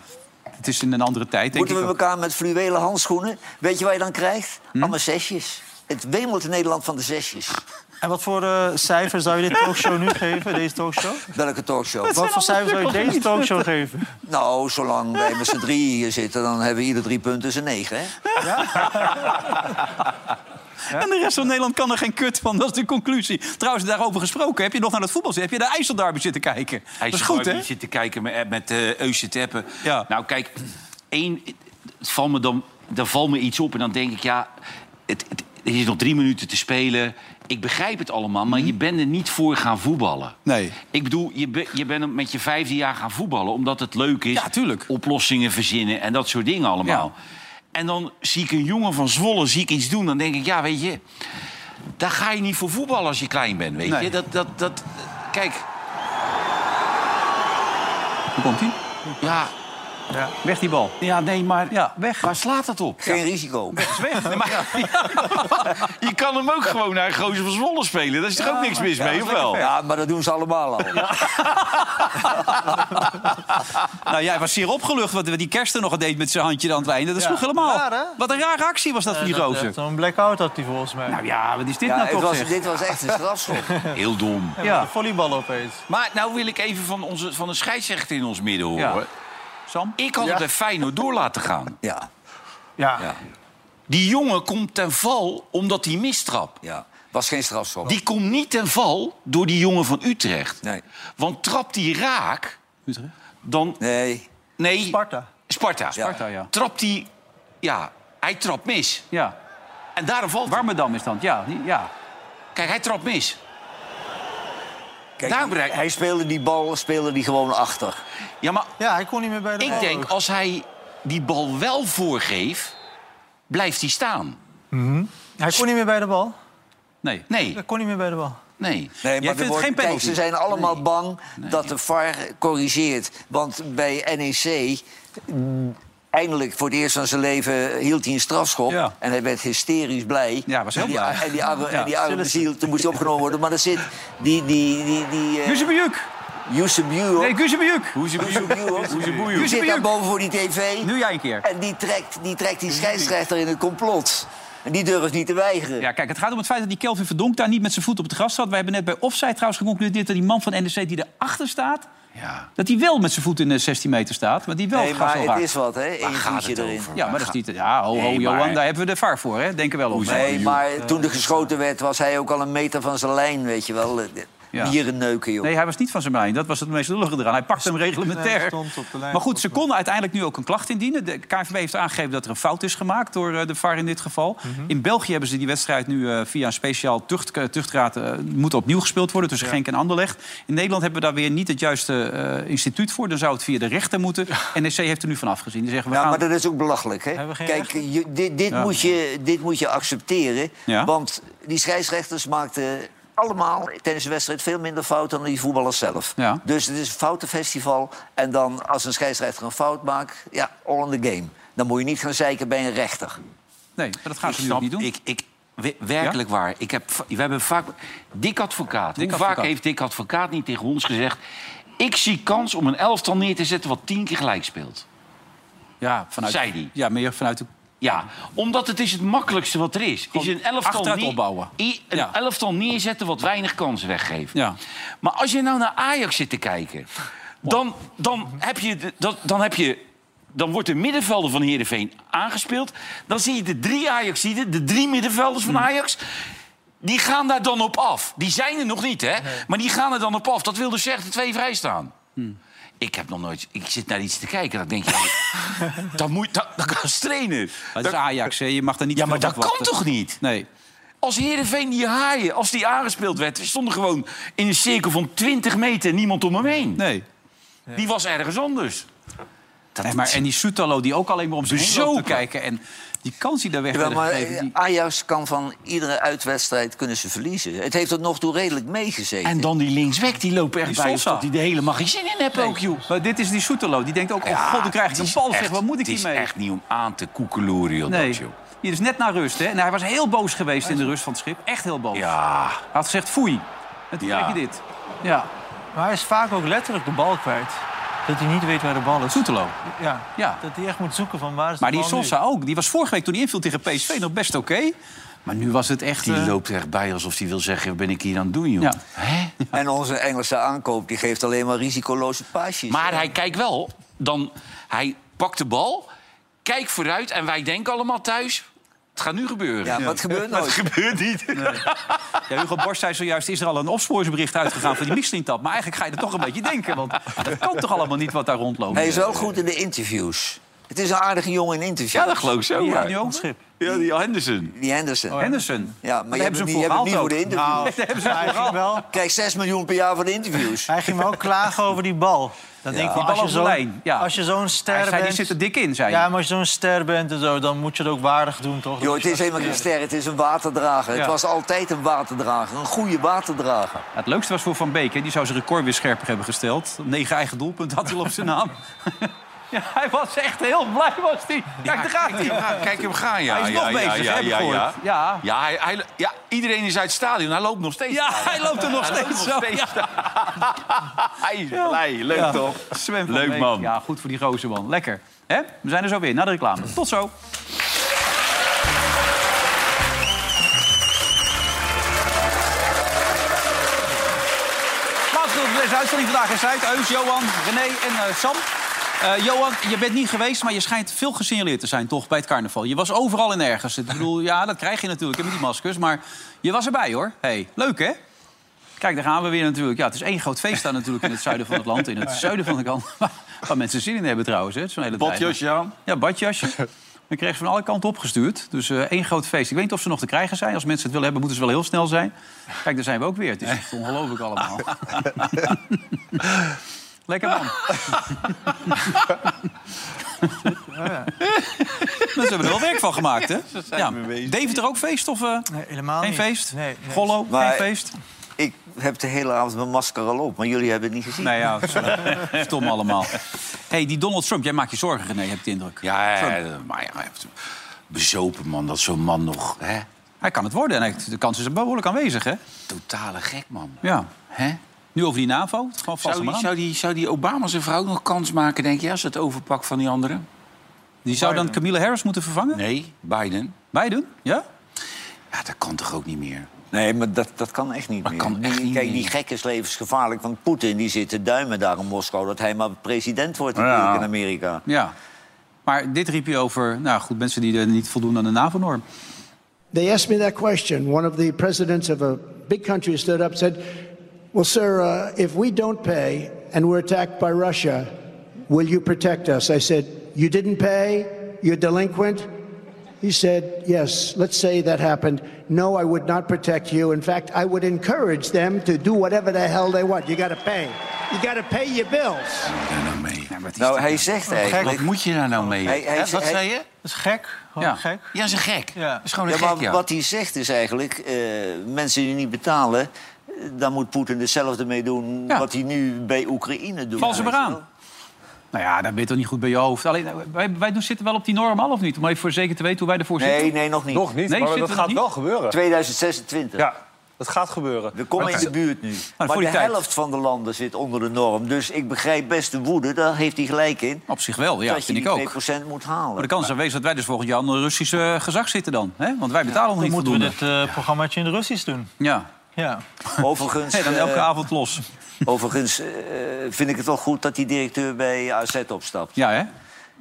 Speaker 1: het is in een andere tijd, denk
Speaker 4: Moeten we
Speaker 1: ik ook.
Speaker 4: elkaar met fluwelen handschoenen... Weet je wat je dan krijgt? Allemaal zesjes. Het wemelt in Nederland van de zesjes.
Speaker 3: en wat voor eh, cijfer zou je dit talkshow nu geven, deze talkshow?
Speaker 4: Welke talkshow?
Speaker 3: Wat voor cijfer zou je deze talkshow geven?
Speaker 4: Nou, zolang wij met z'n drieën hier zitten, dan hebben we ieder drie punten zijn negen. Hè?
Speaker 1: En de rest van Nederland kan er geen kut van. Dat is de conclusie. Trouwens, daarover gesproken. Heb je nog naar het voetbal zitten? Heb je de IJsselderby zitten kijken?
Speaker 5: Hij
Speaker 1: dat is goed,
Speaker 5: zit gewoon
Speaker 1: hè?
Speaker 5: niet zitten kijken met, met eh, Eusje Teppen.
Speaker 1: Ja.
Speaker 5: Nou, kijk, één, het valt me dan, dan valt me iets op en dan denk ik, ja, het, het, er is nog drie minuten te spelen. Ik begrijp het allemaal, maar je bent er niet voor gaan voetballen.
Speaker 1: Mhm. Nee.
Speaker 5: Ik bedoel, je, be- je bent met je vijfde jaar gaan voetballen omdat het leuk is.
Speaker 1: Ja, tuurlijk.
Speaker 5: Oplossingen verzinnen en dat soort dingen allemaal. En dan zie ik een jongen van Zwolle zie ik iets doen. Dan denk ik, ja, weet je, daar ga je niet voor voetballen als je klein bent, weet
Speaker 1: Nee.
Speaker 5: je. Dat, dat, dat, kijk,
Speaker 1: Hoe komt hij?
Speaker 5: ja,
Speaker 1: Weg die bal.
Speaker 5: Ja, nee, maar
Speaker 1: Ja, weg.
Speaker 5: waar slaat dat op?
Speaker 4: Geen risico.
Speaker 5: Nee, maar- Ja.
Speaker 1: Ah.
Speaker 5: Je kan hem ook gewoon naar Gozer van Zwolle spelen. Daar is toch ook niks mis mee, of
Speaker 1: Oh.
Speaker 5: wel?
Speaker 4: Ja, maar dat doen ze allemaal al.
Speaker 1: Nou, jij was zeer opgelucht wat die kersten nog deed met zijn handje aan het einde. Dat sloeg helemaal.
Speaker 3: raar, hè?
Speaker 1: Wat een rare actie was dat van die
Speaker 3: Dat, eh,
Speaker 1: roze.
Speaker 3: Zo'n blackout had hij volgens mij.
Speaker 1: Nou ja, wat is dit
Speaker 4: Ja,
Speaker 1: nou
Speaker 4: het
Speaker 1: toch,
Speaker 4: was,
Speaker 1: zeg?
Speaker 4: dit was echt een strafschop.
Speaker 5: Heel dom.
Speaker 1: Ja,
Speaker 3: De volleybal opeens.
Speaker 5: Maar nou wil ik even van, onze, van een scheidsrechter in ons midden horen.
Speaker 1: Sam?
Speaker 5: Ik had het bij Feyenoord door laten gaan.
Speaker 4: Ja,
Speaker 3: Ja.
Speaker 5: Die jongen komt ten val omdat hij mistrap.
Speaker 4: ja. Was geen strafschop.
Speaker 5: Die komt niet ten val door die jongen van Utrecht.
Speaker 4: Nee.
Speaker 5: Want trapt hij raak, dan...
Speaker 4: Nee.
Speaker 5: Nee,
Speaker 3: Sparta.
Speaker 5: Sparta.
Speaker 1: Sparta, ja.
Speaker 5: Trapt hij... Ja, hij trapt mis.
Speaker 1: Ja.
Speaker 5: En daarom valt hij.
Speaker 1: Warmerdam is dan. Ja, die- ja.
Speaker 5: Kijk, hij trapt mis.
Speaker 4: Kijk,
Speaker 5: Daar bereik-
Speaker 4: hij speelde die bal speelde die gewoon achter.
Speaker 5: Ja, maar
Speaker 3: Ja, hij kon niet meer bij de
Speaker 5: ik
Speaker 1: Oh.
Speaker 3: bal
Speaker 5: denk
Speaker 3: ook.
Speaker 5: als hij die bal wel voorgeeft, blijft hij staan.
Speaker 3: Hij kon niet meer bij de bal.
Speaker 1: Nee.
Speaker 5: Nee,
Speaker 3: Hij kon niet meer bij de bal.
Speaker 5: nee.
Speaker 4: Nee,
Speaker 1: vindt
Speaker 4: er
Speaker 1: het
Speaker 4: wordt-
Speaker 1: geen
Speaker 4: kijk,
Speaker 1: penalty?
Speaker 4: ze zijn allemaal bang dat de VAR corrigeert. Want bij NEC, mm, eindelijk voor het eerst van zijn leven, hield hij een strafschop.
Speaker 1: Ja.
Speaker 4: En hij werd hysterisch blij.
Speaker 1: Ja, was heel
Speaker 4: en die,
Speaker 1: blij.
Speaker 4: En die arme,
Speaker 1: Ja.
Speaker 4: en die arme ziel, toen moest hij opgenomen worden. Maar er zit die... die, die, die eh,
Speaker 1: Guzebujuk.
Speaker 4: Yusuf Buell.
Speaker 1: Nee, Guzebujuk.
Speaker 4: Yusuf Buell. Die
Speaker 1: Yusuf
Speaker 4: zit
Speaker 1: Bujuk.
Speaker 4: daar boven voor die tv.
Speaker 1: Nu jij een keer.
Speaker 4: En die trekt die, trekt die scheidsrechter in het complot. En die durft niet te weigeren.
Speaker 1: Ja, kijk, het gaat om het feit dat die Kelvin Verdonk daar niet met zijn voet op het gras zat. We hebben net bij Offside trouwens geconcludeerd dat die man van NEC die erachter staat...
Speaker 5: Ja.
Speaker 1: dat hij wel met zijn voet in de 16 meter staat, maar die wel
Speaker 4: nee,
Speaker 1: het gras
Speaker 4: maar
Speaker 1: al
Speaker 4: het
Speaker 1: raakt.
Speaker 4: is wat, hè? Eén
Speaker 5: gaat
Speaker 4: voetje
Speaker 5: het
Speaker 4: erin.
Speaker 5: over?
Speaker 1: Ja, maar dat is niet... Ja, ho, ho,
Speaker 5: Nee, maar- Oh,
Speaker 1: Johan, daar hebben we de VAR voor, hè? Denk er wel op.
Speaker 4: Nee, maar toen er geschoten werd, was hij ook al een meter van zijn lijn, weet je wel.
Speaker 1: Ja.
Speaker 4: Bieren neuken, joh.
Speaker 1: Nee, hij was niet van zijn lijn. Dat was het meest lullige eraan. Hij pakte hem
Speaker 3: Nee, hij
Speaker 1: reglementair.
Speaker 3: Dus stond op de lijn.
Speaker 1: Maar goed, ze konden uiteindelijk nu ook een klacht indienen. De KNVB heeft aangegeven dat er een fout is gemaakt door eh, de VAR in dit geval.
Speaker 3: Mhm.
Speaker 1: In België hebben ze die wedstrijd nu eh, via een speciaal tucht, eh, tuchtraad... eh, moet opnieuw gespeeld worden tussen Genk en Anderlecht. In Nederland hebben we daar weer niet het juiste eh, instituut voor. Dan zou het via de rechter moeten. NEC heeft er nu van afgezien. Die zeggen, we
Speaker 4: Ja,
Speaker 1: gaan...
Speaker 4: Nou, maar dat is ook belachelijk, hè?
Speaker 3: Hebben we geen
Speaker 4: Kijk, je- dit, dit, moet je, dit moet je accepteren.
Speaker 1: Ja.
Speaker 4: Want die scheidsrechters maakten allemaal tijdens de wedstrijd veel minder fout dan die voetballers zelf. Dus het is een foutenfestival. En dan als een scheidsrechter een fout maakt, ja, all in the game. Dan moet je niet gaan zeiken bij een rechter.
Speaker 1: Nee, maar dat gaat
Speaker 5: Ik
Speaker 1: ze nu
Speaker 5: snap-
Speaker 1: ook niet doen.
Speaker 5: Ik, ik, we- werkelijk waar. Ik heb, va- we hebben vaak... Dick Advocaat.
Speaker 1: Dick
Speaker 5: Hoe
Speaker 1: Advocaat.
Speaker 5: vaak heeft Dick Advocaat niet tegen ons gezegd... ik zie kans om een elftal neer te zetten wat tien keer gelijk speelt.
Speaker 1: Ja, vanuit,
Speaker 5: Zei die.
Speaker 1: Ja, meer vanuit de...
Speaker 5: Ja, omdat het is het makkelijkste wat er is. Is
Speaker 1: Gewoon
Speaker 5: een elftal,
Speaker 1: achteruit
Speaker 5: neer-
Speaker 1: opbouwen.
Speaker 5: i- een
Speaker 1: Ja.
Speaker 5: elftal neerzetten wat weinig kansen weggeeft.
Speaker 1: Ja.
Speaker 5: Maar als je nou naar Ajax zit te kijken... dan, dan, heb, je de- dat, dan heb je... Dan wordt de middenvelder van Heerenveen aangespeeld. Dan zie je de drie ajax de drie middenvelders
Speaker 1: Hmm.
Speaker 5: van Ajax... Die gaan daar dan op af. Die zijn er nog niet, hè? Maar die gaan er dan op af. Dat wil dus zeggen de twee vrij staan.
Speaker 1: Hmm.
Speaker 5: Ik heb nog nooit... Ik zit naar iets te kijken. Dan denk je... dat moet... Dat, dat kan als trainer.
Speaker 1: Dat is Ajax, hè? je mag daar niet
Speaker 5: Ja,
Speaker 1: te
Speaker 5: maar
Speaker 1: veel
Speaker 5: dat
Speaker 1: op
Speaker 5: kan
Speaker 1: wachten.
Speaker 5: toch niet?
Speaker 1: Nee.
Speaker 5: Als Heerenveen die haaien, als die aangespeeld werd... we stonden gewoon in een cirkel van 20 meter en niemand om hem heen.
Speaker 1: Nee.
Speaker 5: Die was ergens anders. Dat
Speaker 1: Nee, maar, en die Soetalo die ook alleen maar om zijn heen loopt te
Speaker 5: Bezopen.
Speaker 1: kijken. En die kans die daar weg
Speaker 4: Ja,
Speaker 1: werd
Speaker 4: maar
Speaker 5: eh,
Speaker 4: eh,
Speaker 1: gegeven... die-
Speaker 4: Ajax kan van iedere uitwedstrijd kunnen ze verliezen. Het heeft tot nog toe redelijk meegezeten.
Speaker 5: En dan die linksweg, die loopt echt
Speaker 1: Die Sosa.
Speaker 5: bij ons... dat die de helemaal geen zin in hebben ook, joh.
Speaker 1: Maar dit is die Soetelo. Die denkt ook, oh god, dan krijg ik
Speaker 5: het
Speaker 1: een
Speaker 5: is
Speaker 1: bal. Zeg,
Speaker 5: echt-
Speaker 1: wat moet ik
Speaker 5: Het is
Speaker 1: hiermee?
Speaker 5: echt niet om aan te koekeloeren, joh,
Speaker 1: Nee.
Speaker 5: dat, joh.
Speaker 1: Hier is net na rust, hè. En hij was heel boos geweest in de rust van het schip. Echt heel boos.
Speaker 5: Ja,
Speaker 1: Hij had gezegd, foei. En toen
Speaker 5: Ja.
Speaker 1: krijg je dit. Ja,
Speaker 3: Maar hij is vaak ook letterlijk de bal kwijt. Dat hij niet weet waar de bal is.
Speaker 1: Soetelo.
Speaker 3: Ja,
Speaker 1: Ja.
Speaker 3: Dat hij echt moet zoeken van waar is
Speaker 1: Maar
Speaker 3: de
Speaker 1: die
Speaker 3: bal nu?
Speaker 1: Sosa ook. Die was vorige week toen hij inviel tegen PSV nog best oké. Maar nu was het echt...
Speaker 5: die
Speaker 1: eh,
Speaker 5: loopt er echt bij alsof hij wil zeggen... wat ben ik hier aan het doen, joh.
Speaker 1: Ja.
Speaker 5: Hè?
Speaker 4: En onze Engelse aankoop die geeft alleen maar risicoloze paasjes.
Speaker 5: Maar hij kijkt wel. Dan, hij pakt de bal, kijkt vooruit en wij denken allemaal thuis... het gaat nu gebeuren.
Speaker 4: ja, wat gebeurt
Speaker 5: Maar het
Speaker 4: nooit?
Speaker 5: gebeurt niet.
Speaker 1: Ja, Hugo Borst zei zojuist, is er al een opsporingsbericht uitgegaan van die Michelin-tap? Maar eigenlijk ga je er toch een beetje denken, want dat kan toch allemaal niet wat daar rondloopt?
Speaker 4: Hij is wel goed in de interviews. Het is een aardige jongen in interviews.
Speaker 5: Ja, dat geloof ik zo.
Speaker 1: Die
Speaker 5: Ja,
Speaker 1: gaat nu ook schip.
Speaker 5: ja, die Henderson.
Speaker 4: Die Henderson.
Speaker 1: Henderson.
Speaker 4: Ja, maar
Speaker 1: Oh, Daar
Speaker 4: je hebt
Speaker 1: hebben
Speaker 4: hem niet,
Speaker 1: ze
Speaker 4: je hebt hem
Speaker 1: hem
Speaker 4: niet
Speaker 1: voor
Speaker 4: voor de
Speaker 1: gehaald ook. hebben
Speaker 3: Nou,
Speaker 4: interviews.
Speaker 1: ze
Speaker 3: hij, ging
Speaker 1: vooral.
Speaker 3: wel,
Speaker 4: Krijg 6 miljoen per jaar voor de interviews.
Speaker 3: hij ging wel klagen over die bal. Dan denk ik,
Speaker 1: Die
Speaker 3: van,
Speaker 1: bal
Speaker 3: als, je
Speaker 1: op de
Speaker 3: zo'n-
Speaker 1: lijn, ja.
Speaker 3: als je zo'n ster
Speaker 1: Hij zei,
Speaker 3: bent...
Speaker 1: die zit er dik in, zei
Speaker 3: Ja,
Speaker 1: hij.
Speaker 3: maar als je zo'n ster bent en zo, dan moet je het ook waardig doen, toch?
Speaker 4: Joh, het is helemaal geen ster, het is een waterdrager. Het
Speaker 1: Ja.
Speaker 4: was altijd een waterdrager, een goede waterdrager.
Speaker 1: Het leukste was voor Van Beek, hè. die zou zijn record weer scherper hebben gesteld. Negen eigen doelpunten had hij al op zijn naam. Ja, hij was echt heel blij, was hij. Kijk, daar gaat hij.
Speaker 5: Kijk hem gaan, ja.
Speaker 1: Hij is
Speaker 5: ja,
Speaker 1: nog
Speaker 5: ja,
Speaker 1: bezig,
Speaker 5: ja,
Speaker 1: heb ik
Speaker 5: ja,
Speaker 1: gehoord.
Speaker 5: ja.
Speaker 1: Ja.
Speaker 5: Ja, hij, hij- ja, iedereen is uit het stadion. Hij loopt nog steeds.
Speaker 1: Ja, hij loopt er nog steeds zo. Ja.
Speaker 5: Hij is blij. Leuk
Speaker 1: Ja.
Speaker 5: toch?
Speaker 1: Sven van
Speaker 5: Leuk
Speaker 1: Beek.
Speaker 5: man.
Speaker 1: Ja, goed voor die roze man. Lekker. Hè? We zijn er zo weer na de reclame. Tot zo. Laatste deel van deze uitzending vandaag is uit. Eus, Johan, René en eh, Sam. Eh, Johan, je bent niet geweest, maar je schijnt veel gesignaleerd te zijn toch bij het carnaval. Je was overal en ergens. Ik bedoel, ja, dat krijg je natuurlijk hè, met die maskers. Maar je was erbij hoor. Hey, leuk hè? Kijk, daar gaan we weer natuurlijk. Ja, het is één groot feest daar natuurlijk in het zuiden van het land. In het zuiden van het land. Waar, waar mensen zin in hebben trouwens. Hè. Het is zo'n hele tijd.
Speaker 5: Badjasje aan.
Speaker 1: Ja, badjasje. Ik kreeg ze van alle kanten opgestuurd. Dus eh, één groot feest. Ik weet niet of ze nog te krijgen zijn. Als mensen het willen hebben, moeten ze wel heel snel zijn. Kijk, daar zijn we ook weer. Het is echt ongelooflijk allemaal. Lekker man. Mensen hebben er wel werk van gemaakt, hè? Ja. Deventer ook feest of eh,
Speaker 3: Nee, helemaal
Speaker 1: geen
Speaker 3: niet.
Speaker 1: feest?
Speaker 3: Nee, nee.
Speaker 1: Gollo,
Speaker 4: Maar-
Speaker 1: geen feest?
Speaker 4: Ik heb de hele avond mijn masker al op, maar jullie hebben het niet gezien.
Speaker 1: Nee, ja, sorry. stom allemaal. hey, die Donald Trump, jij maakt je zorgen, René, heb ik de indruk.
Speaker 5: Ja, ja, ja, maar ja, hij heeft- bezopen man. Dat zo'n man nog, hè?
Speaker 1: Hij kan het worden en hij- de kans is behoorlijk aanwezig, hè?
Speaker 5: Totale gek man.
Speaker 1: Ja.
Speaker 5: Hè?
Speaker 1: Nu over die NAVO, het gewoon vast
Speaker 5: Zou
Speaker 1: maar
Speaker 5: die,
Speaker 1: aan.
Speaker 5: zou, die, zou die Obama zijn vrouw nog kans maken, denk je, als ze het overpakt van die anderen?
Speaker 1: Die zou dan Camille Harris moeten vervangen?
Speaker 5: Nee, Biden.
Speaker 1: Biden? Ja?
Speaker 5: Ja, dat kan toch ook niet meer?
Speaker 4: Nee, maar dat, dat kan echt niet meer.
Speaker 5: kan echt
Speaker 4: Die-
Speaker 5: niet
Speaker 4: Kijk,
Speaker 5: meer.
Speaker 4: die gek is levensgevaarlijk. Want Poetin die zit te duimen daar in Moskou... dat hij maar president wordt
Speaker 5: Ja.
Speaker 4: natuurlijk in Amerika.
Speaker 1: Ja. Maar dit riep je over, nou goed, mensen die er niet voldoen aan de NAVO-norm.
Speaker 11: They asked me that question. One of the presidents of a big country stood up and said, Well, sir, uh, if we don't pay and we're attacked by Russia, will you protect us? I said, You didn't pay? You're delinquent? He said, Yes, let's say that happened. No, I would not protect you. In fact, I would encourage them to do whatever the hell they want. You got to pay. You got to pay your bills.
Speaker 4: Nou, hij zegt eigenlijk...
Speaker 5: Wat moet je daar nou mee?
Speaker 4: Hij- hij-
Speaker 5: Hè, wat
Speaker 4: hij-
Speaker 5: zei je?
Speaker 3: Dat is gek. Gewoon
Speaker 5: Ja.
Speaker 3: gek.
Speaker 5: Ja, ze gek. Ja. Is
Speaker 1: Oh,
Speaker 5: gewoon
Speaker 4: Ja,
Speaker 5: een
Speaker 4: maar
Speaker 5: gek, ja.
Speaker 4: wat hij zegt is eigenlijk... eh, mensen die niet betalen... eh, dan moet Poetin hetzelfde mee doen... wat hij nu bij Oekraïne doet.
Speaker 1: Val ze maar
Speaker 4: weet je
Speaker 1: aan.
Speaker 4: wel.
Speaker 1: Nou ja, dan ben je toch niet goed bij je hoofd. Alleen, eh, wij, wij doen- zitten wel op die norm al of niet? Om even voor zeker te weten hoe wij ervoor
Speaker 4: Nee,
Speaker 1: zitten.
Speaker 4: nee, nog niet.
Speaker 2: Nog niet,
Speaker 1: Nee,
Speaker 2: maar
Speaker 1: zit
Speaker 2: dat
Speaker 1: er
Speaker 2: gaat
Speaker 1: nog
Speaker 2: wel
Speaker 1: niet?
Speaker 2: gebeuren.
Speaker 4: 2026.
Speaker 2: Ja, dat gaat gebeuren.
Speaker 4: We komen
Speaker 2: Maar
Speaker 4: in de buurt nu. Maar,
Speaker 1: voor
Speaker 4: de
Speaker 1: die tijd.
Speaker 4: helft van de landen zit onder de norm. Dus ik begrijp best de woede, daar heeft hij gelijk in.
Speaker 1: Op zich wel, Oh, ja,
Speaker 4: dat je
Speaker 1: vind
Speaker 4: die
Speaker 1: ik ook.
Speaker 4: 2% moet halen.
Speaker 1: Maar de kans is aanwezig dat wij dus volgend jaar onder Russisch eh, gezag zitten dan. Hè? Want wij betalen nog
Speaker 3: Dan
Speaker 1: niet
Speaker 3: moeten we
Speaker 1: voldoende.
Speaker 3: dit eh programmaatje in de Russisch doen.
Speaker 1: Ja,
Speaker 3: Ja.
Speaker 4: Overigens,
Speaker 1: Nee, dan
Speaker 4: eh,
Speaker 1: elke avond los.
Speaker 4: overigens eh, vind ik het wel goed dat die directeur bij AZ opstapt.
Speaker 1: Ja, hè?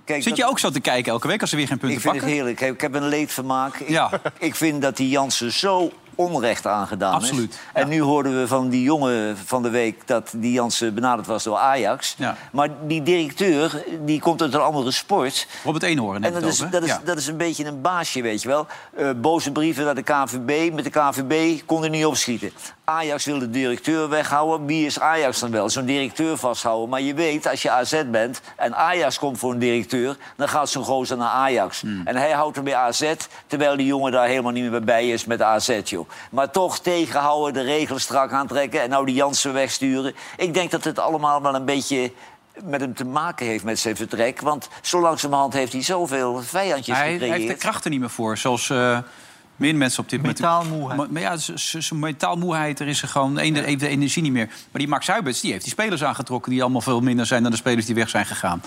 Speaker 4: Kijk,
Speaker 1: Zit je
Speaker 4: dat-
Speaker 1: ook zo te kijken elke week als ze weer geen punten
Speaker 4: ik vind
Speaker 1: pakken?
Speaker 4: het heerlijk. Ik heb een leedvermaak. Ik,
Speaker 1: Ja.
Speaker 4: ik vind dat die Jansen zo onrecht aangedaan
Speaker 1: Absoluut,
Speaker 4: is. En nu hoorden we van die jongen van de week... dat die Jansen benaderd was door Ajax.
Speaker 1: Ja.
Speaker 4: Maar die directeur die komt uit een andere sport.
Speaker 1: Robert Eenhoorn
Speaker 4: En
Speaker 1: heeft
Speaker 4: dat
Speaker 1: het
Speaker 4: is,
Speaker 1: over,
Speaker 4: dat, is,
Speaker 1: ja.
Speaker 4: dat is een beetje een baasje, weet je wel. Eh, boze brieven naar de KVB. Met de KVB kon er niet opschieten. Ajax wil de directeur weghouden. Wie is Ajax dan wel? Zo'n directeur vasthouden. Maar je weet, als je AZ bent en Ajax komt voor een directeur... dan gaat zo'n gozer naar Ajax. En hij houdt hem bij AZ, terwijl die jongen daar helemaal niet meer bij is met AZ, joh. Maar toch tegenhouden, de regels strak aantrekken... en nou die Jansen wegsturen. Ik denk dat het allemaal wel een beetje met hem te maken heeft met zijn vertrek. Want zo langzamerhand heeft hij zoveel vijandjes
Speaker 1: Hij, hij
Speaker 4: gecreëerd.
Speaker 1: heeft de krachten niet meer voor, zoals eh meer mensen op dit moment.
Speaker 3: Metaalmoeheid.
Speaker 1: Maar, maar ja, z- z- zo'n metaalmoeheid, er is er gewoon een, heeft de energie niet meer. Maar die Max Huibers, die heeft die spelers aangetrokken... die allemaal veel minder zijn dan de spelers die weg zijn gegaan.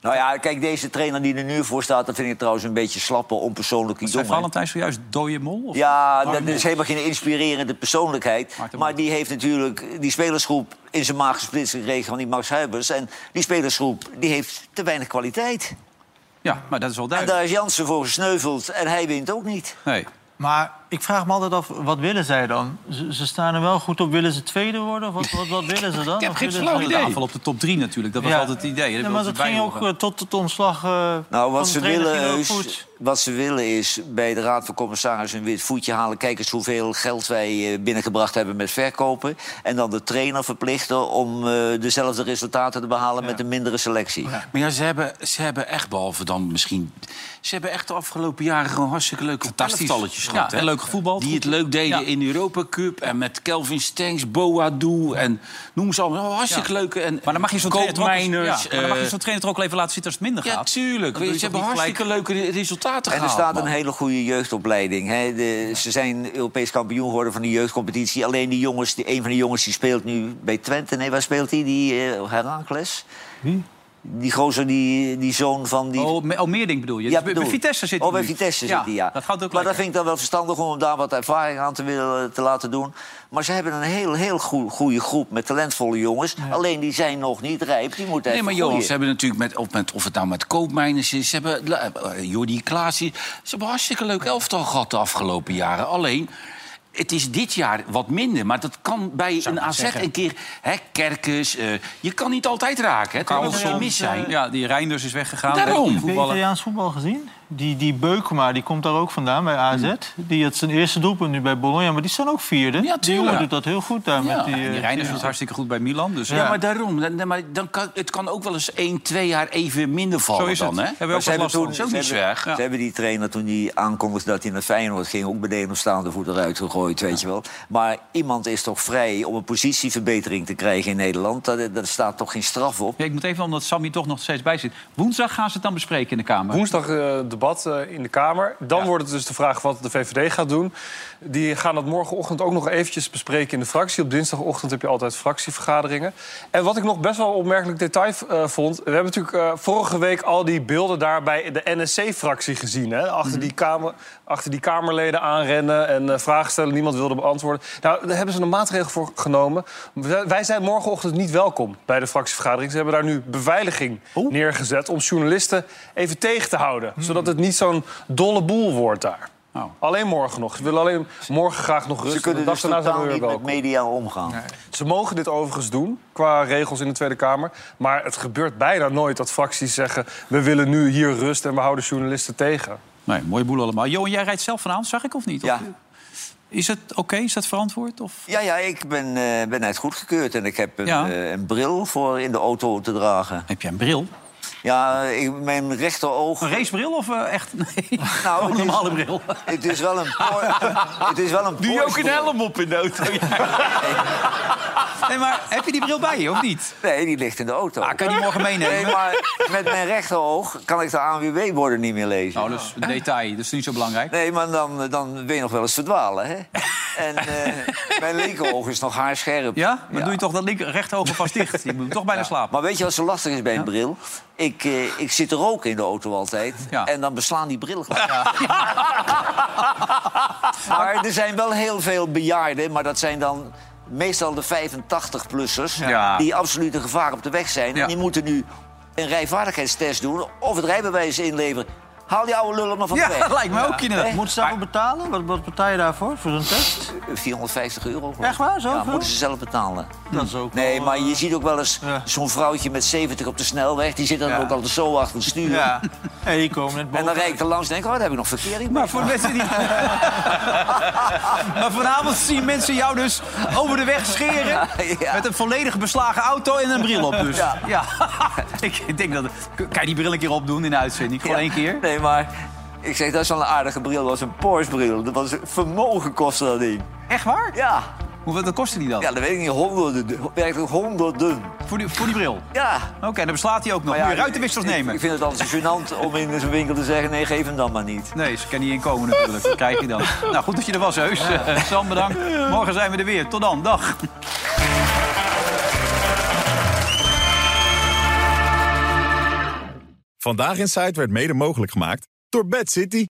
Speaker 4: Nou ja, kijk, deze trainer die er nu voor staat... dat vind ik trouwens een beetje slappe, onpersoonlijke
Speaker 1: Zijn
Speaker 4: jongen.
Speaker 1: Valentijn zojuist dode mol? Of?
Speaker 4: Ja, dat
Speaker 1: Arme mol.
Speaker 4: is helemaal geen inspirerende persoonlijkheid.
Speaker 1: Maakt hem
Speaker 4: Maar
Speaker 1: niet.
Speaker 4: die heeft natuurlijk die spelersgroep in zijn maag gesplitst gekregen van die Max Huibers. En die spelersgroep die heeft te weinig kwaliteit.
Speaker 1: Ja, maar dat is wel
Speaker 4: En
Speaker 1: duidelijk.
Speaker 4: daar is Jansen voor gesneuveld en hij wint ook niet.
Speaker 1: Nee.
Speaker 3: Maar ik vraag me altijd af, wat willen zij dan? Ze, ze staan er wel goed op. Willen ze tweede worden? Of Wat, wat, wat willen ze dan?
Speaker 5: heb
Speaker 3: Of
Speaker 5: geen
Speaker 3: willen
Speaker 5: flauw
Speaker 3: ze-
Speaker 1: De aanval op de top 3 natuurlijk, dat was
Speaker 3: Ja.
Speaker 1: altijd het idee.
Speaker 3: Ja,
Speaker 1: Dat
Speaker 3: maar dat ging ook eh, tot het ontslag eh,
Speaker 4: Nou,
Speaker 3: van
Speaker 4: wat
Speaker 3: de
Speaker 4: ze,
Speaker 3: trainer
Speaker 4: willen,
Speaker 3: ging ook
Speaker 4: heus-
Speaker 3: goed.
Speaker 4: wat ze willen is bij de Raad van Commissarissen een wit voetje halen. Kijk eens hoeveel geld wij eh, binnengebracht hebben met verkopen. En dan de trainer verplichten om eh, dezelfde resultaten te behalen met een mindere selectie.
Speaker 5: Maar ja, ze hebben, ze hebben echt, behalve dan misschien... Ze hebben echt de afgelopen jaren gewoon hartstikke leuke
Speaker 1: Fantastisch.
Speaker 5: elftalletjes
Speaker 1: Ja,
Speaker 5: gehad.
Speaker 1: en
Speaker 5: hè?
Speaker 1: leuk gevoetbald.
Speaker 5: Die het leuk deden
Speaker 1: Ja.
Speaker 5: in de Europa Cup. En met Kelvin Stengs, Boadu en noem ze allemaal. Oh, hartstikke
Speaker 1: Ja.
Speaker 5: leuke. En
Speaker 1: Maar dan mag je zo'n trainer, toch ook- ja,
Speaker 5: Koopmijners,
Speaker 1: maar dan mag je
Speaker 5: eh,
Speaker 1: zo'n trainer toch ook wel even laten zitten als het minder
Speaker 5: Ja,
Speaker 1: gaat.
Speaker 5: tuurlijk.
Speaker 1: Dan doe
Speaker 5: Weet
Speaker 1: je
Speaker 5: je, ze
Speaker 1: toch
Speaker 5: hebben
Speaker 1: niet gelijk-
Speaker 5: hartstikke leuke resultaten
Speaker 4: En er
Speaker 5: gehaald.
Speaker 4: staat
Speaker 5: Ah, man.
Speaker 4: een hele goede jeugdopleiding. Hè. De, ze zijn Europees kampioen geworden van de jeugdcompetitie. Alleen die jongens, die, een van de jongens die speelt nu bij Twente. Nee, waar speelt hij? Die eh Heracles? Wie? Die gozer, die, die zoon van die...
Speaker 1: Oh, me- oh, Meerdink bedoel je? Dus bij-
Speaker 4: bedoel
Speaker 1: bij
Speaker 4: ik.
Speaker 1: Vitesse zit hij
Speaker 4: Oh, bij
Speaker 1: nu.
Speaker 4: Vitesse
Speaker 1: ja,
Speaker 4: zit hij, ja.
Speaker 1: Dat gaat ook
Speaker 4: maar dat
Speaker 1: lekker.
Speaker 4: vind ik dan wel verstandig om hem daar wat ervaring aan te, willen, te laten doen. Maar ze hebben een heel, heel goe- goede groep met talentvolle jongens. Alleen die zijn nog niet rijp. Die moeten
Speaker 5: Nee,
Speaker 4: even
Speaker 5: maar Johan,
Speaker 4: groeien.
Speaker 5: ze hebben natuurlijk met of, met, of het nou met koopmijners is, ze hebben la- eh, Jordi Klaas, ze hebben hartstikke leuk elftal gehad de afgelopen jaren. Alleen, het is dit jaar wat minder, maar dat kan bij een AZ een keer, hè, Kerkers, eh, je kan niet altijd raken, hè, terwijl ze
Speaker 3: Carlson,
Speaker 5: mis zijn.
Speaker 1: Ja, die Reinders is weggegaan.
Speaker 5: Daarom.
Speaker 1: Die
Speaker 3: Heb je
Speaker 1: voetballen.
Speaker 3: Italiaans voetbal gezien? Die, die Beukema, die komt daar ook vandaan bij AZ. Die had zijn eerste doelpunt nu bij Bologna, maar die staan ook vierde. die
Speaker 5: tuurlijk.
Speaker 3: jongen doet dat heel goed daar
Speaker 5: Ja,
Speaker 3: met die...
Speaker 5: en
Speaker 1: Die
Speaker 3: eh,
Speaker 1: Reinders was hartstikke goed bij Milan. Dus
Speaker 5: Ja, maar daarom. Dan, dan- maar dan kan, het kan ook wel eens één, twee jaar even minder vallen
Speaker 1: Zo is het.
Speaker 5: dan, hè?
Speaker 1: Hebben we ook
Speaker 4: ze
Speaker 1: wat
Speaker 4: hebben,
Speaker 1: last van.
Speaker 4: toen,
Speaker 5: Zo
Speaker 4: ze,
Speaker 5: niet
Speaker 4: hebben,
Speaker 5: zwerg.
Speaker 4: ze hebben die trainer toen die aankondigde dat hij naar Feyenoord ging... ook meteen op staande voet eruit gegooid, weet je wel. Maar iemand is toch vrij om een positieverbetering te krijgen in Nederland? Daar, daar staat toch geen straf op?
Speaker 1: Ja, ik moet even, omdat Sammy toch nog steeds bij zit. Woensdag gaan ze het dan bespreken in de Kamer.
Speaker 2: Woensdag eh, debat eh, in de Kamer. Dan wordt het dus de vraag wat de VVD gaat doen. Die gaan dat morgenochtend ook nog eventjes bespreken in de fractie. Op dinsdagochtend heb je altijd fractievergaderingen. En wat ik nog best wel een opmerkelijk detail eh, vond... we hebben natuurlijk eh, vorige week al die beelden daar bij de NSC-fractie gezien. Hè? Achter, die kamer, achter die Kamerleden aanrennen en eh, vragen stellen. Niemand wilde beantwoorden. Nou, daar hebben ze een maatregel voor genomen. Wij- Wij zijn morgenochtend niet welkom bij de fractievergadering. Ze hebben daar nu beveiliging neergezet... om journalisten even tegen te houden.
Speaker 4: Hmm.
Speaker 2: Zodat het niet zo'n dolle boel wordt daar.
Speaker 1: Oh.
Speaker 2: Alleen morgen nog. Ze willen alleen morgen graag nog rust.
Speaker 4: Nou. Ze
Speaker 2: De
Speaker 4: kunnen
Speaker 2: dag
Speaker 4: dus
Speaker 2: daarna zijn we
Speaker 4: totaal
Speaker 2: weer
Speaker 4: niet met
Speaker 2: welkom.
Speaker 4: media omgaan.
Speaker 2: Ze mogen dit overigens doen, qua regels in de Tweede Kamer. Maar het gebeurt bijna nooit dat fracties zeggen... we willen nu hier rust en we houden journalisten tegen.
Speaker 1: Nee, mooie boel allemaal. Johan, jij rijdt zelf vanavond, zag ik of niet?
Speaker 4: Ja.
Speaker 1: Of- Is het oké? Is dat verantwoord? Of?
Speaker 4: Ja, ja, ik ben, eh ben net goedgekeurd en ik heb een,
Speaker 1: Ja.
Speaker 4: eh, een bril voor in de auto te dragen.
Speaker 1: Heb jij een bril?
Speaker 4: Ja, ik, mijn rechteroog... Een
Speaker 1: racebril of eh, echt? Nee, Oh,
Speaker 4: nou, een
Speaker 1: normale bril.
Speaker 4: Het is wel een... Por- het is wel een
Speaker 1: Doe je ook een
Speaker 4: Porsche-bril.
Speaker 1: helm op in de auto? nee, maar heb je die bril bij je of niet?
Speaker 4: Nee, die ligt in de auto.
Speaker 1: Ah, kan je die morgen meenemen?
Speaker 4: Nee, maar met mijn rechteroog kan ik de ANWB-borden niet meer lezen.
Speaker 1: Nou, dus een detail. Dat is niet zo belangrijk.
Speaker 4: Nee, maar dan, dan ben je nog wel eens verdwalen, hè? En eh, mijn linkeroog is nog haarscherp.
Speaker 1: Ja? Maar doe je toch dat linker rechteroog vast dicht? Je moet toch bijna slapen.
Speaker 4: Maar weet je wat zo lastig is bij een bril? Ik, eh, ik zit er ook in de auto altijd. En dan beslaan die brillen gelijk. Maar er zijn wel heel veel bejaarden, maar dat zijn dan meestal de 85-plussers...
Speaker 1: Ja.
Speaker 4: die absoluut een gevaar op de weg zijn. En die moeten nu een rijvaardigheidstest doen of het rijbewijs inleveren. Haal die oude lullen maar van
Speaker 1: Ja,
Speaker 4: de weg.
Speaker 1: dat lijkt me ook inderdaad.
Speaker 4: Hè?
Speaker 3: Moeten ze daarvoor betalen? Wat, wat betaal je daarvoor, voor zo'n test?
Speaker 4: 450 euro. geloof ik.
Speaker 3: Echt waar, zoveel?
Speaker 4: Ja, moeten ze zelf betalen.
Speaker 3: Dat is ook
Speaker 4: Nee,
Speaker 3: wel,
Speaker 4: maar
Speaker 3: eh,
Speaker 4: je ziet ook wel eens zo'n vrouwtje met 70 op de snelweg. Die zit dan
Speaker 3: Ja.
Speaker 4: ook altijd zo achter het stuur.
Speaker 3: Ja. En die komen net
Speaker 4: En dan rijd ik er langs en denk ik, oh, daar heb ik nog verkeer in.
Speaker 1: Maar voor de mensen die... maar vanavond zien mensen jou dus over de weg scheren... met een volledig beslagen auto en een bril op dus. Ja.
Speaker 4: Ja.
Speaker 1: ik denk dat... Kan je die bril een keer opdoen in de uitzending? Gewoon één keer?
Speaker 4: Nee, maar ik zeg, dat is wel een aardige bril. Dat was een Porsche-bril. Dat was vermogen kostte dat ding.
Speaker 1: Echt waar?
Speaker 4: Ja.
Speaker 1: Hoeveel dat kostte die dan?
Speaker 4: Ja, dat weet ik niet. Honderden. Werkelijk honderden.
Speaker 1: Voor, die, voor die bril?
Speaker 4: Ja.
Speaker 1: Oké, dan beslaat hij ook nog.
Speaker 4: Maar ja,
Speaker 1: Moet je ruitenwissels
Speaker 4: ik- ik-
Speaker 1: nemen?
Speaker 4: Ik vind het altijd zo gênant om in zo'n winkel te zeggen... nee, geef hem dan maar niet.
Speaker 1: Nee, ze kan niet inkomen natuurlijk. Dat krijg je dan. Nou, goed dat je er was, Heus. Eh, Sam, bedankt. Morgen zijn we er weer. Tot dan. Dag.
Speaker 12: Vandaag in Site werd mede mogelijk gemaakt door Bad City.